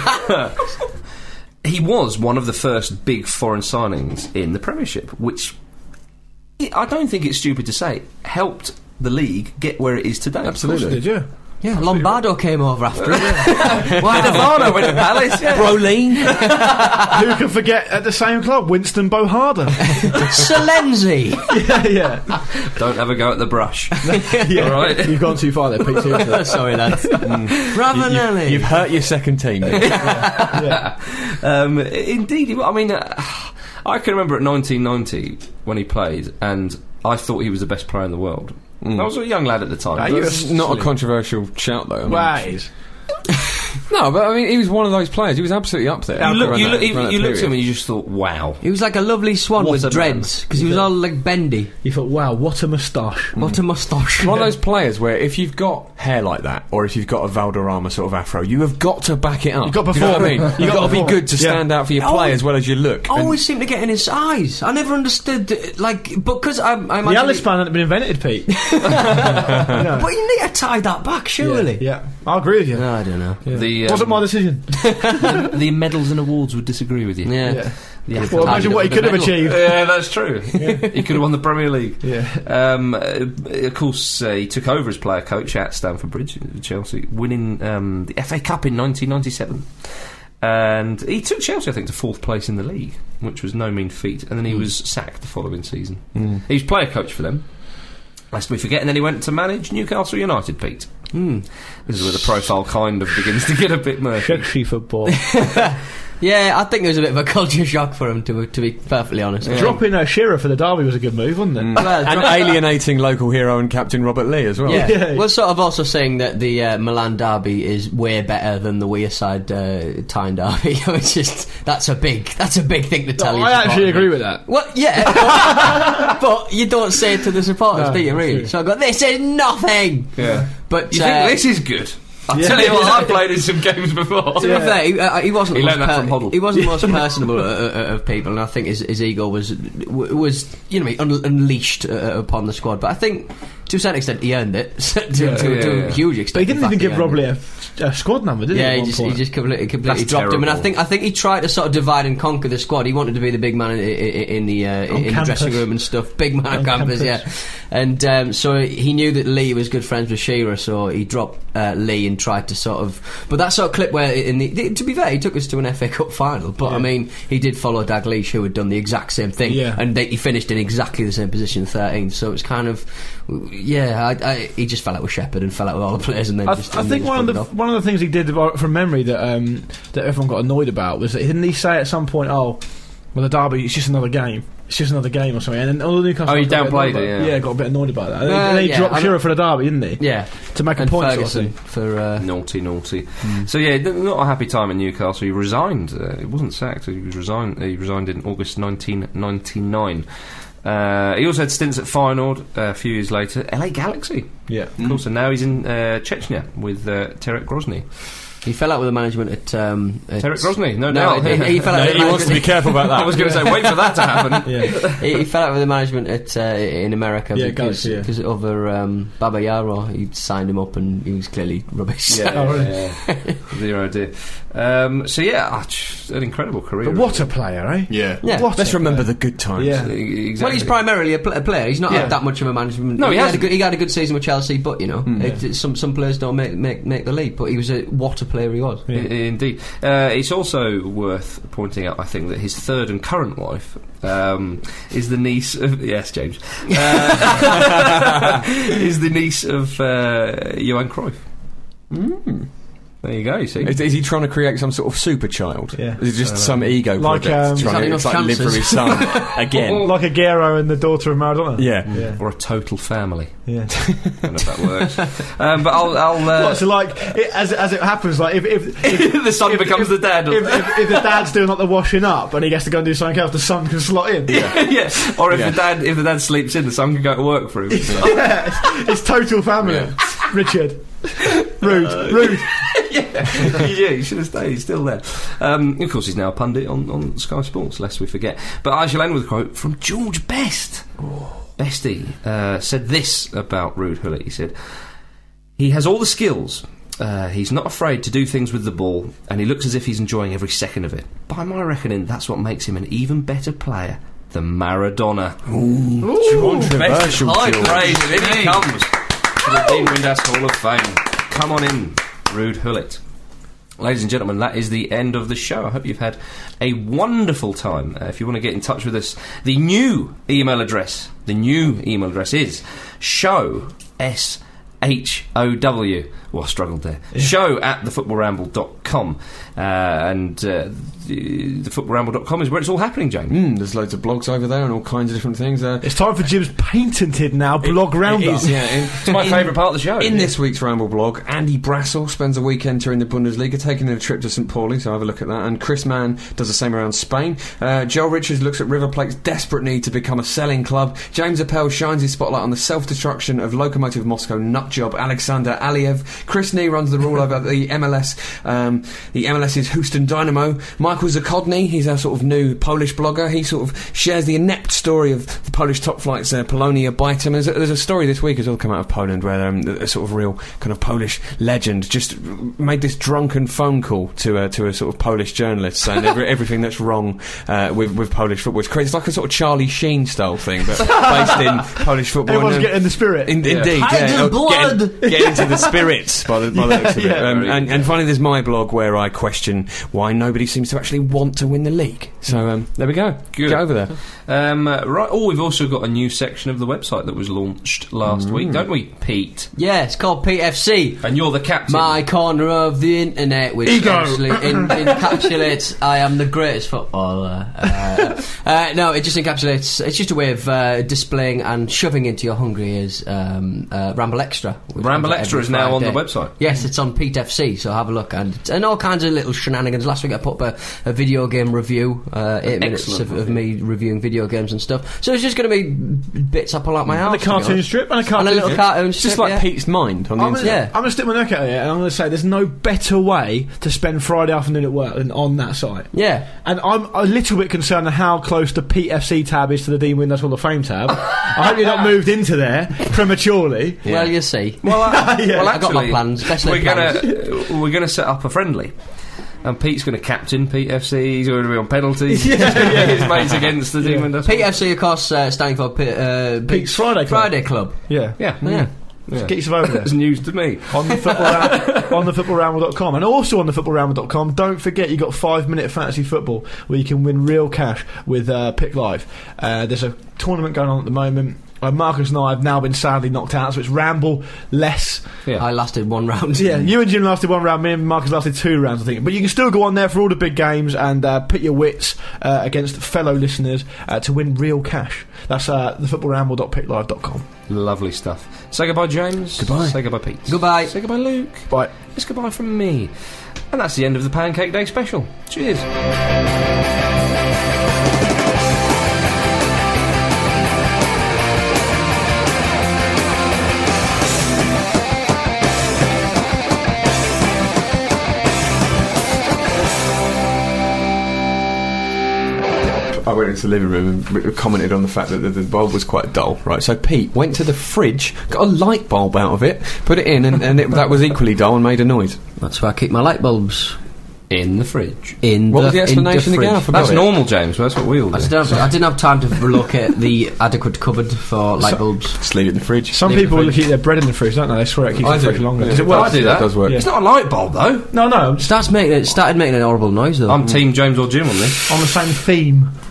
he was one of the first big foreign signings in the Premiership, which I I don't think it's stupid to say helped the league get where it is today.
Of course you did, yeah.
Yeah, Lombardo came over after it.
Why Nirvana win the Palace? Yeah.
Broline?
Who can forget at the same club, Winston Boharden?
Salenzi!
yeah, yeah.
Don't ever go at the brush.
yeah.
All right.
You've gone too far there, Pete. seriously.
Sorry, lads.
Mm. You,
Ravanelli.
have hurt your second team.
yeah.
um, indeed, he- I mean, uh, I can remember at 1990 when he played, and I thought he was the best player in the world. I was a young lad at the time.
Ah,
but
Mm. you
that's-
were-
Not a controversial shout, though. I mean.
Ways.
No, but I mean, he was one of those players. He was absolutely up there.
you look,
Around
you,
that-
look, you,
around that
you looked at him
period.
and you just thought, wow.
He was like a lovely swan
What a
with dreads because he was all like bendy.
You thought, wow, what a moustache.
Mm.
What a moustache!
One of those players where if you've got hair like that, or if you've got a Valderrama sort of afro, you have got to back it up.
You've got to
Do you know what
perform.
I mean?
You've
You've got
got to
to be
perform.
good to
Yeah.
stand out for your
Always-
play as well as your look. And-
Always seemed to get in his eyes. I never understood, uh, like, because I, I imagine.
The Alice
he-
plan hadn't been invented, Pete. No.
but you need to tie that back, surely.
Yeah, I agree with you.
No, I don't know.
Yeah.
The,
Wasn't
um,
my decision.
the, the medals and awards would disagree with you.
Yeah.
Yeah.
Yeah.
Well, imagine what he could have achieved.
Yeah, that's true. he could have won the Premier League.
Yeah.
Um, uh, of course, uh, he took over as player coach at Stamford Bridge, uh, Chelsea, winning um, the FA Cup in 1997. And he took Chelsea, I think, to fourth place in the league, which was no mean feat. And then
Hmm.
he was sacked the following season.
Mm.
He was player coach for them. Lest we forget, and then he went to manage Newcastle United, Pete.
Hmm.
This is where the profile kind of begins to get a bit murky.
Sexy football.
Yeah, I think it was a bit of a culture shock for him, to, to be perfectly honest.
Dropping uh, Shearer for the derby was a good move, wasn't it?
Well,
and alienating local hero and captain Robert Lee as well.
Yeah.
Yeah.
Well, sort of also saying that the uh, Milan derby is way better than the Wearside uh, Tyne derby. it's just that's a big that's a big thing to tell you.
I actually agree with that.
Well, yeah, but you don't say it to the supporters,
No,
do you? Really?
true.
So I go, this is nothing.
Yeah.
But
You
uh,
think this is good? I'll
Yeah.
tell you what, I've played in some games before.
To be fair, he, uh, he wasn't.
He
the
learned
most
that from Hoddle.
He wasn't the most personable uh, uh, of people, and I think his, his ego was w- was you know un- unleashed uh, upon the squad. But I think to a certain extent he earned it to, to, to,
yeah,
to
yeah.
a huge extent.
But he didn't
in fact,
even give
earned
Rob
it.
Lee a, a squad number, did
Yeah, he
he? at one
just
point?
he just completely, completely
That's
dropped him, and I
terrible.
think I think he tried to sort of divide and conquer the squad. He wanted to be the big man in, in, in the uh,
On
in the dressing
campus.
room and stuff, big man on
On
campus,
campus.
yeah. And um, so he knew that Lee was good friends with Shearer, so he dropped uh, Lee and tried to sort of. But that sort of clip where, in the to be fair, he took us to an FA Cup final, but I mean he did follow Dalglish, who had done the exact same thing,
Yeah.
and they, he finished in exactly the same position, 13th. So it's kind of, yeah, I, I, he just fell out with Shepherd and fell out with all the players, and then
I,
just
I
and they
think
just
one of
buggered
the
off.
one of the things he did about- from memory that um, that everyone got annoyed about was that didn't he say at some point, "Oh, well the derby, it's just another game, it's just another game" or something. And then all the Newcastle
Oh, he
got a bit
downplayed
annoyed
it,
about-
yeah.
got a bit annoyed about that. And
Uh,
then he
yeah,
dropped
I
Shearer for the derby, didn't he?
Yeah.
to make a
and
point. sort of
Ferguson
thing.
for uh,
Naughty, naughty.
Hmm.
So yeah, th- not a happy time in Newcastle. He resigned. Uh, he wasn't sacked. He was resigned. He resigned in August 1999. Uh, he also had stints at Feyenoord uh, a few years later. LA Galaxy,
Yeah.
of course. And now he's in uh, Chechnya with uh, Terek Grozny.
he fell out with the management at um, at-
Terek Grozny, no,
No,
doubt.
he, he fell out. with the management-
careful about
I was going to say, wait for that to happen.
Yeah,
he, he fell out with the management at uh, in America
Yeah,
because
Galaxy, yeah.
because over um, Baba Yaro he signed him up and he was clearly rubbish.
Oh, really?
Zero idea. Um, so yeah, ah, tch, an incredible career.
but what a player, eh?
Yeah.
Yeah.
What
Let's
a
remember
player.
the good times.
Yeah.
Exactly.
Well, he's primarily a, pl- a player. He's not
Yeah.
had that much of a management.
No, he
had a
hasn't. Hmm.
good, he had a good season with Chelsea, but you know, it- it- some some players don't make, make make the league. But he was a what a player he was.
I- Indeed. Uh, it's also worth pointing out, I think, that his third and current wife um, is the niece of. Yes, James. Uh, is the niece of uh, Johan Cruyff.
Mm.
There you go, you see.
Is, is he trying to create some sort of super child?
Yeah. Uh,
Is it just some ego
Like,
project? trying
um,
He's
to,
had
it's like
enough
live from his son again.
Like Aguero and the daughter of Maradona.
yeah.
Yeah.
Or a total family.
Yeah.
I don't know if that works. um, but I'll. I'll
Well,
uh,
so like it, as as it happens, like if if, if
the son
if-
becomes
if-
the dad.
If, if, if the dad's doing like the washing up and he gets to go and do something else, the son can slot in.
yeah. Or if
Yeah.
the dad if the dad sleeps in, the son can go to work for him.
It's total family. Richard.
Uh,
Rude. Rude.
yeah, he should have stayed. He's still there. Um, of course, he's now a pundit on, on Sky Sports, lest we forget. But I shall end with a quote from George Best. Bestie uh, said this about Rude Hullett. He said, He has all the skills. Uh, he's not afraid to do things with the ball, and he looks as if he's enjoying every second of it. By my reckoning, that's what makes him an even better player than Maradona. Best
Controversial
high
George.
praise, and in he comes to the Dean Windass Hall of Fame. Come on in, Rude Hullet. Ladies and gentlemen, that is the end of the show. I hope you've had a wonderful time. Uh, if you want to get in touch with us, the new email address, the new email address is show s h o w. Well, I struggled there. Show at thefootballramble.com. Uh, and uh, the thefootballramble.com is where it's all happening, James.
Mm, there's loads of blogs over there and all kinds of different things. Uh,
It's time for Jim's patented now blog roundup.
It is, yeah. In,
It's my favourite part of the show.
in this week's Ramble blog, Andy Brassel spends a weekend touring the Bundesliga, taking a trip to St. Pauli, so have a look at that. And Chris Mann does the same around Spain. Uh, Joel Richards looks at River Plate's desperate need to become a selling club. James Appel shines his spotlight on the self destruction of Locomotive Moscow nutjob Alexander Aliev. Chris Nee runs the rule over the MLS, um, the MLS's Houston Dynamo. Michael Zakodny, he's our sort of new Polish blogger, he sort of shares the inept story of the Polish top flights, uh, Polonia Bitem. There's a, there's a story this week has all come out of Poland where um, a sort of real kind of Polish legend just made this drunken phone call to a, to a sort of Polish journalist saying every, everything that's wrong uh, with, with Polish football. It's crazy. It's like a sort of Charlie Sheen style thing, but based in Polish football.
Everyone's
And, um,
getting the spirit.
in, Indeed,
Hide
yeah.
the
Oh, get-
blood.
Get, into the spirits by the, by the looks of it.
yeah.
Um, and, and finally, there's my blog where I question why nobody seems to actually want to win the league. So um, there we go.
Good.
Get over there.
Um, uh, right. Oh, we've also got a new section of the website that was launched last
Mm.
week, don't we, Pete?
Yeah, it's called PFC.
And you're the captain.
My corner of the internet, which
Ego.
actually en- encapsulates I am the greatest footballer. Uh, uh, no, it just encapsulates, it's just a way of uh, displaying and shoving into your hungry ears um, uh, Ramble Extra. which
Ramble
comes out
Extra
every
is now on the
Friday.
website.
Yes, it's on Pete FC, so have a look. And, and all kinds of little shenanigans. Last week I put up a, a video game review, uh, eight minutes
excellent
of, of me reviewing video games and stuff. So it's just going to be bits I pull out my
And
house.
a cartoon strip and a cartoon
And a little
strip.
cartoon
It's
strip.
just like
yeah.
Pete's mind on the
I'm gonna,
internet.
Yeah.
I'm gonna stick my neck out here and I'm gonna say there's no better way to spend Friday afternoon at work than on that site.
Yeah.
And I'm a little bit concerned at how close the PFC tab is to the Dean Windows Hall of Fame tab. I hope you're not moved into there prematurely.
Well, you see.
Well, I,
Yeah.
well,
I got my
actually,
plans, best
We're
laid
gonna uh, we're gonna set up a friendly. And Pete's going to captain Pete FC. He's going to be on penalties. He's going to get his mates against the Demon Dust.
Pete FC, of course, uh, standing for P- uh,
Pete's Friday Club.
Friday Club.
Yeah.
Yeah,
Yeah.
Yeah.
Get yourself over there.
That's news to me.
on the football ra- on the footballramble.com and also on the footballramble.com don't forget you've got five minute fantasy football where you can win real cash with uh, pick live uh, there's a tournament going on at the moment uh, Marcus and I have now been sadly knocked out so it's ramble less
Yeah.
I lasted one round.
yeah, you and Jim lasted one round. Me and Marcus lasted two rounds, I think. But you can still go on there for all the big games and uh, put your wits uh, against fellow listeners uh, to win real cash. That's uh, thefootballramble.picklive.com.
Lovely stuff. Say goodbye, James.
Goodbye.
Say goodbye, Pete.
Goodbye.
Say goodbye, Luke.
Bye.
It's goodbye from me. And that's the end of the Pancake Day special. Cheers.
I went into the living room and w- commented on the fact that the, the bulb was quite dull, right? So Pete went to the fridge, got a light bulb out of it, put it in, and, and it, that was equally dull and made a noise.
That's why I keep my light bulbs
In the fridge.
in
What was
the
the
in
explanation
fridge.
again? I forgot
That's
it.
normal, James. That's what we all do.
I just didn't, have, I didn't have time to locate the adequate cupboard for light bulbs.
Just leave it in the fridge.
Some
Leave it in
people
the
look at their bread in the fridge, don't they? They swear it keeps
I
the
do.
fridge longer.
Yeah.
Does it work?
I do that.
It does work.
It's not a light bulb, though.
No, no. I'm just
Starts making it started making an audible noise though.
I'm Team James or Jim on this.
on the same theme.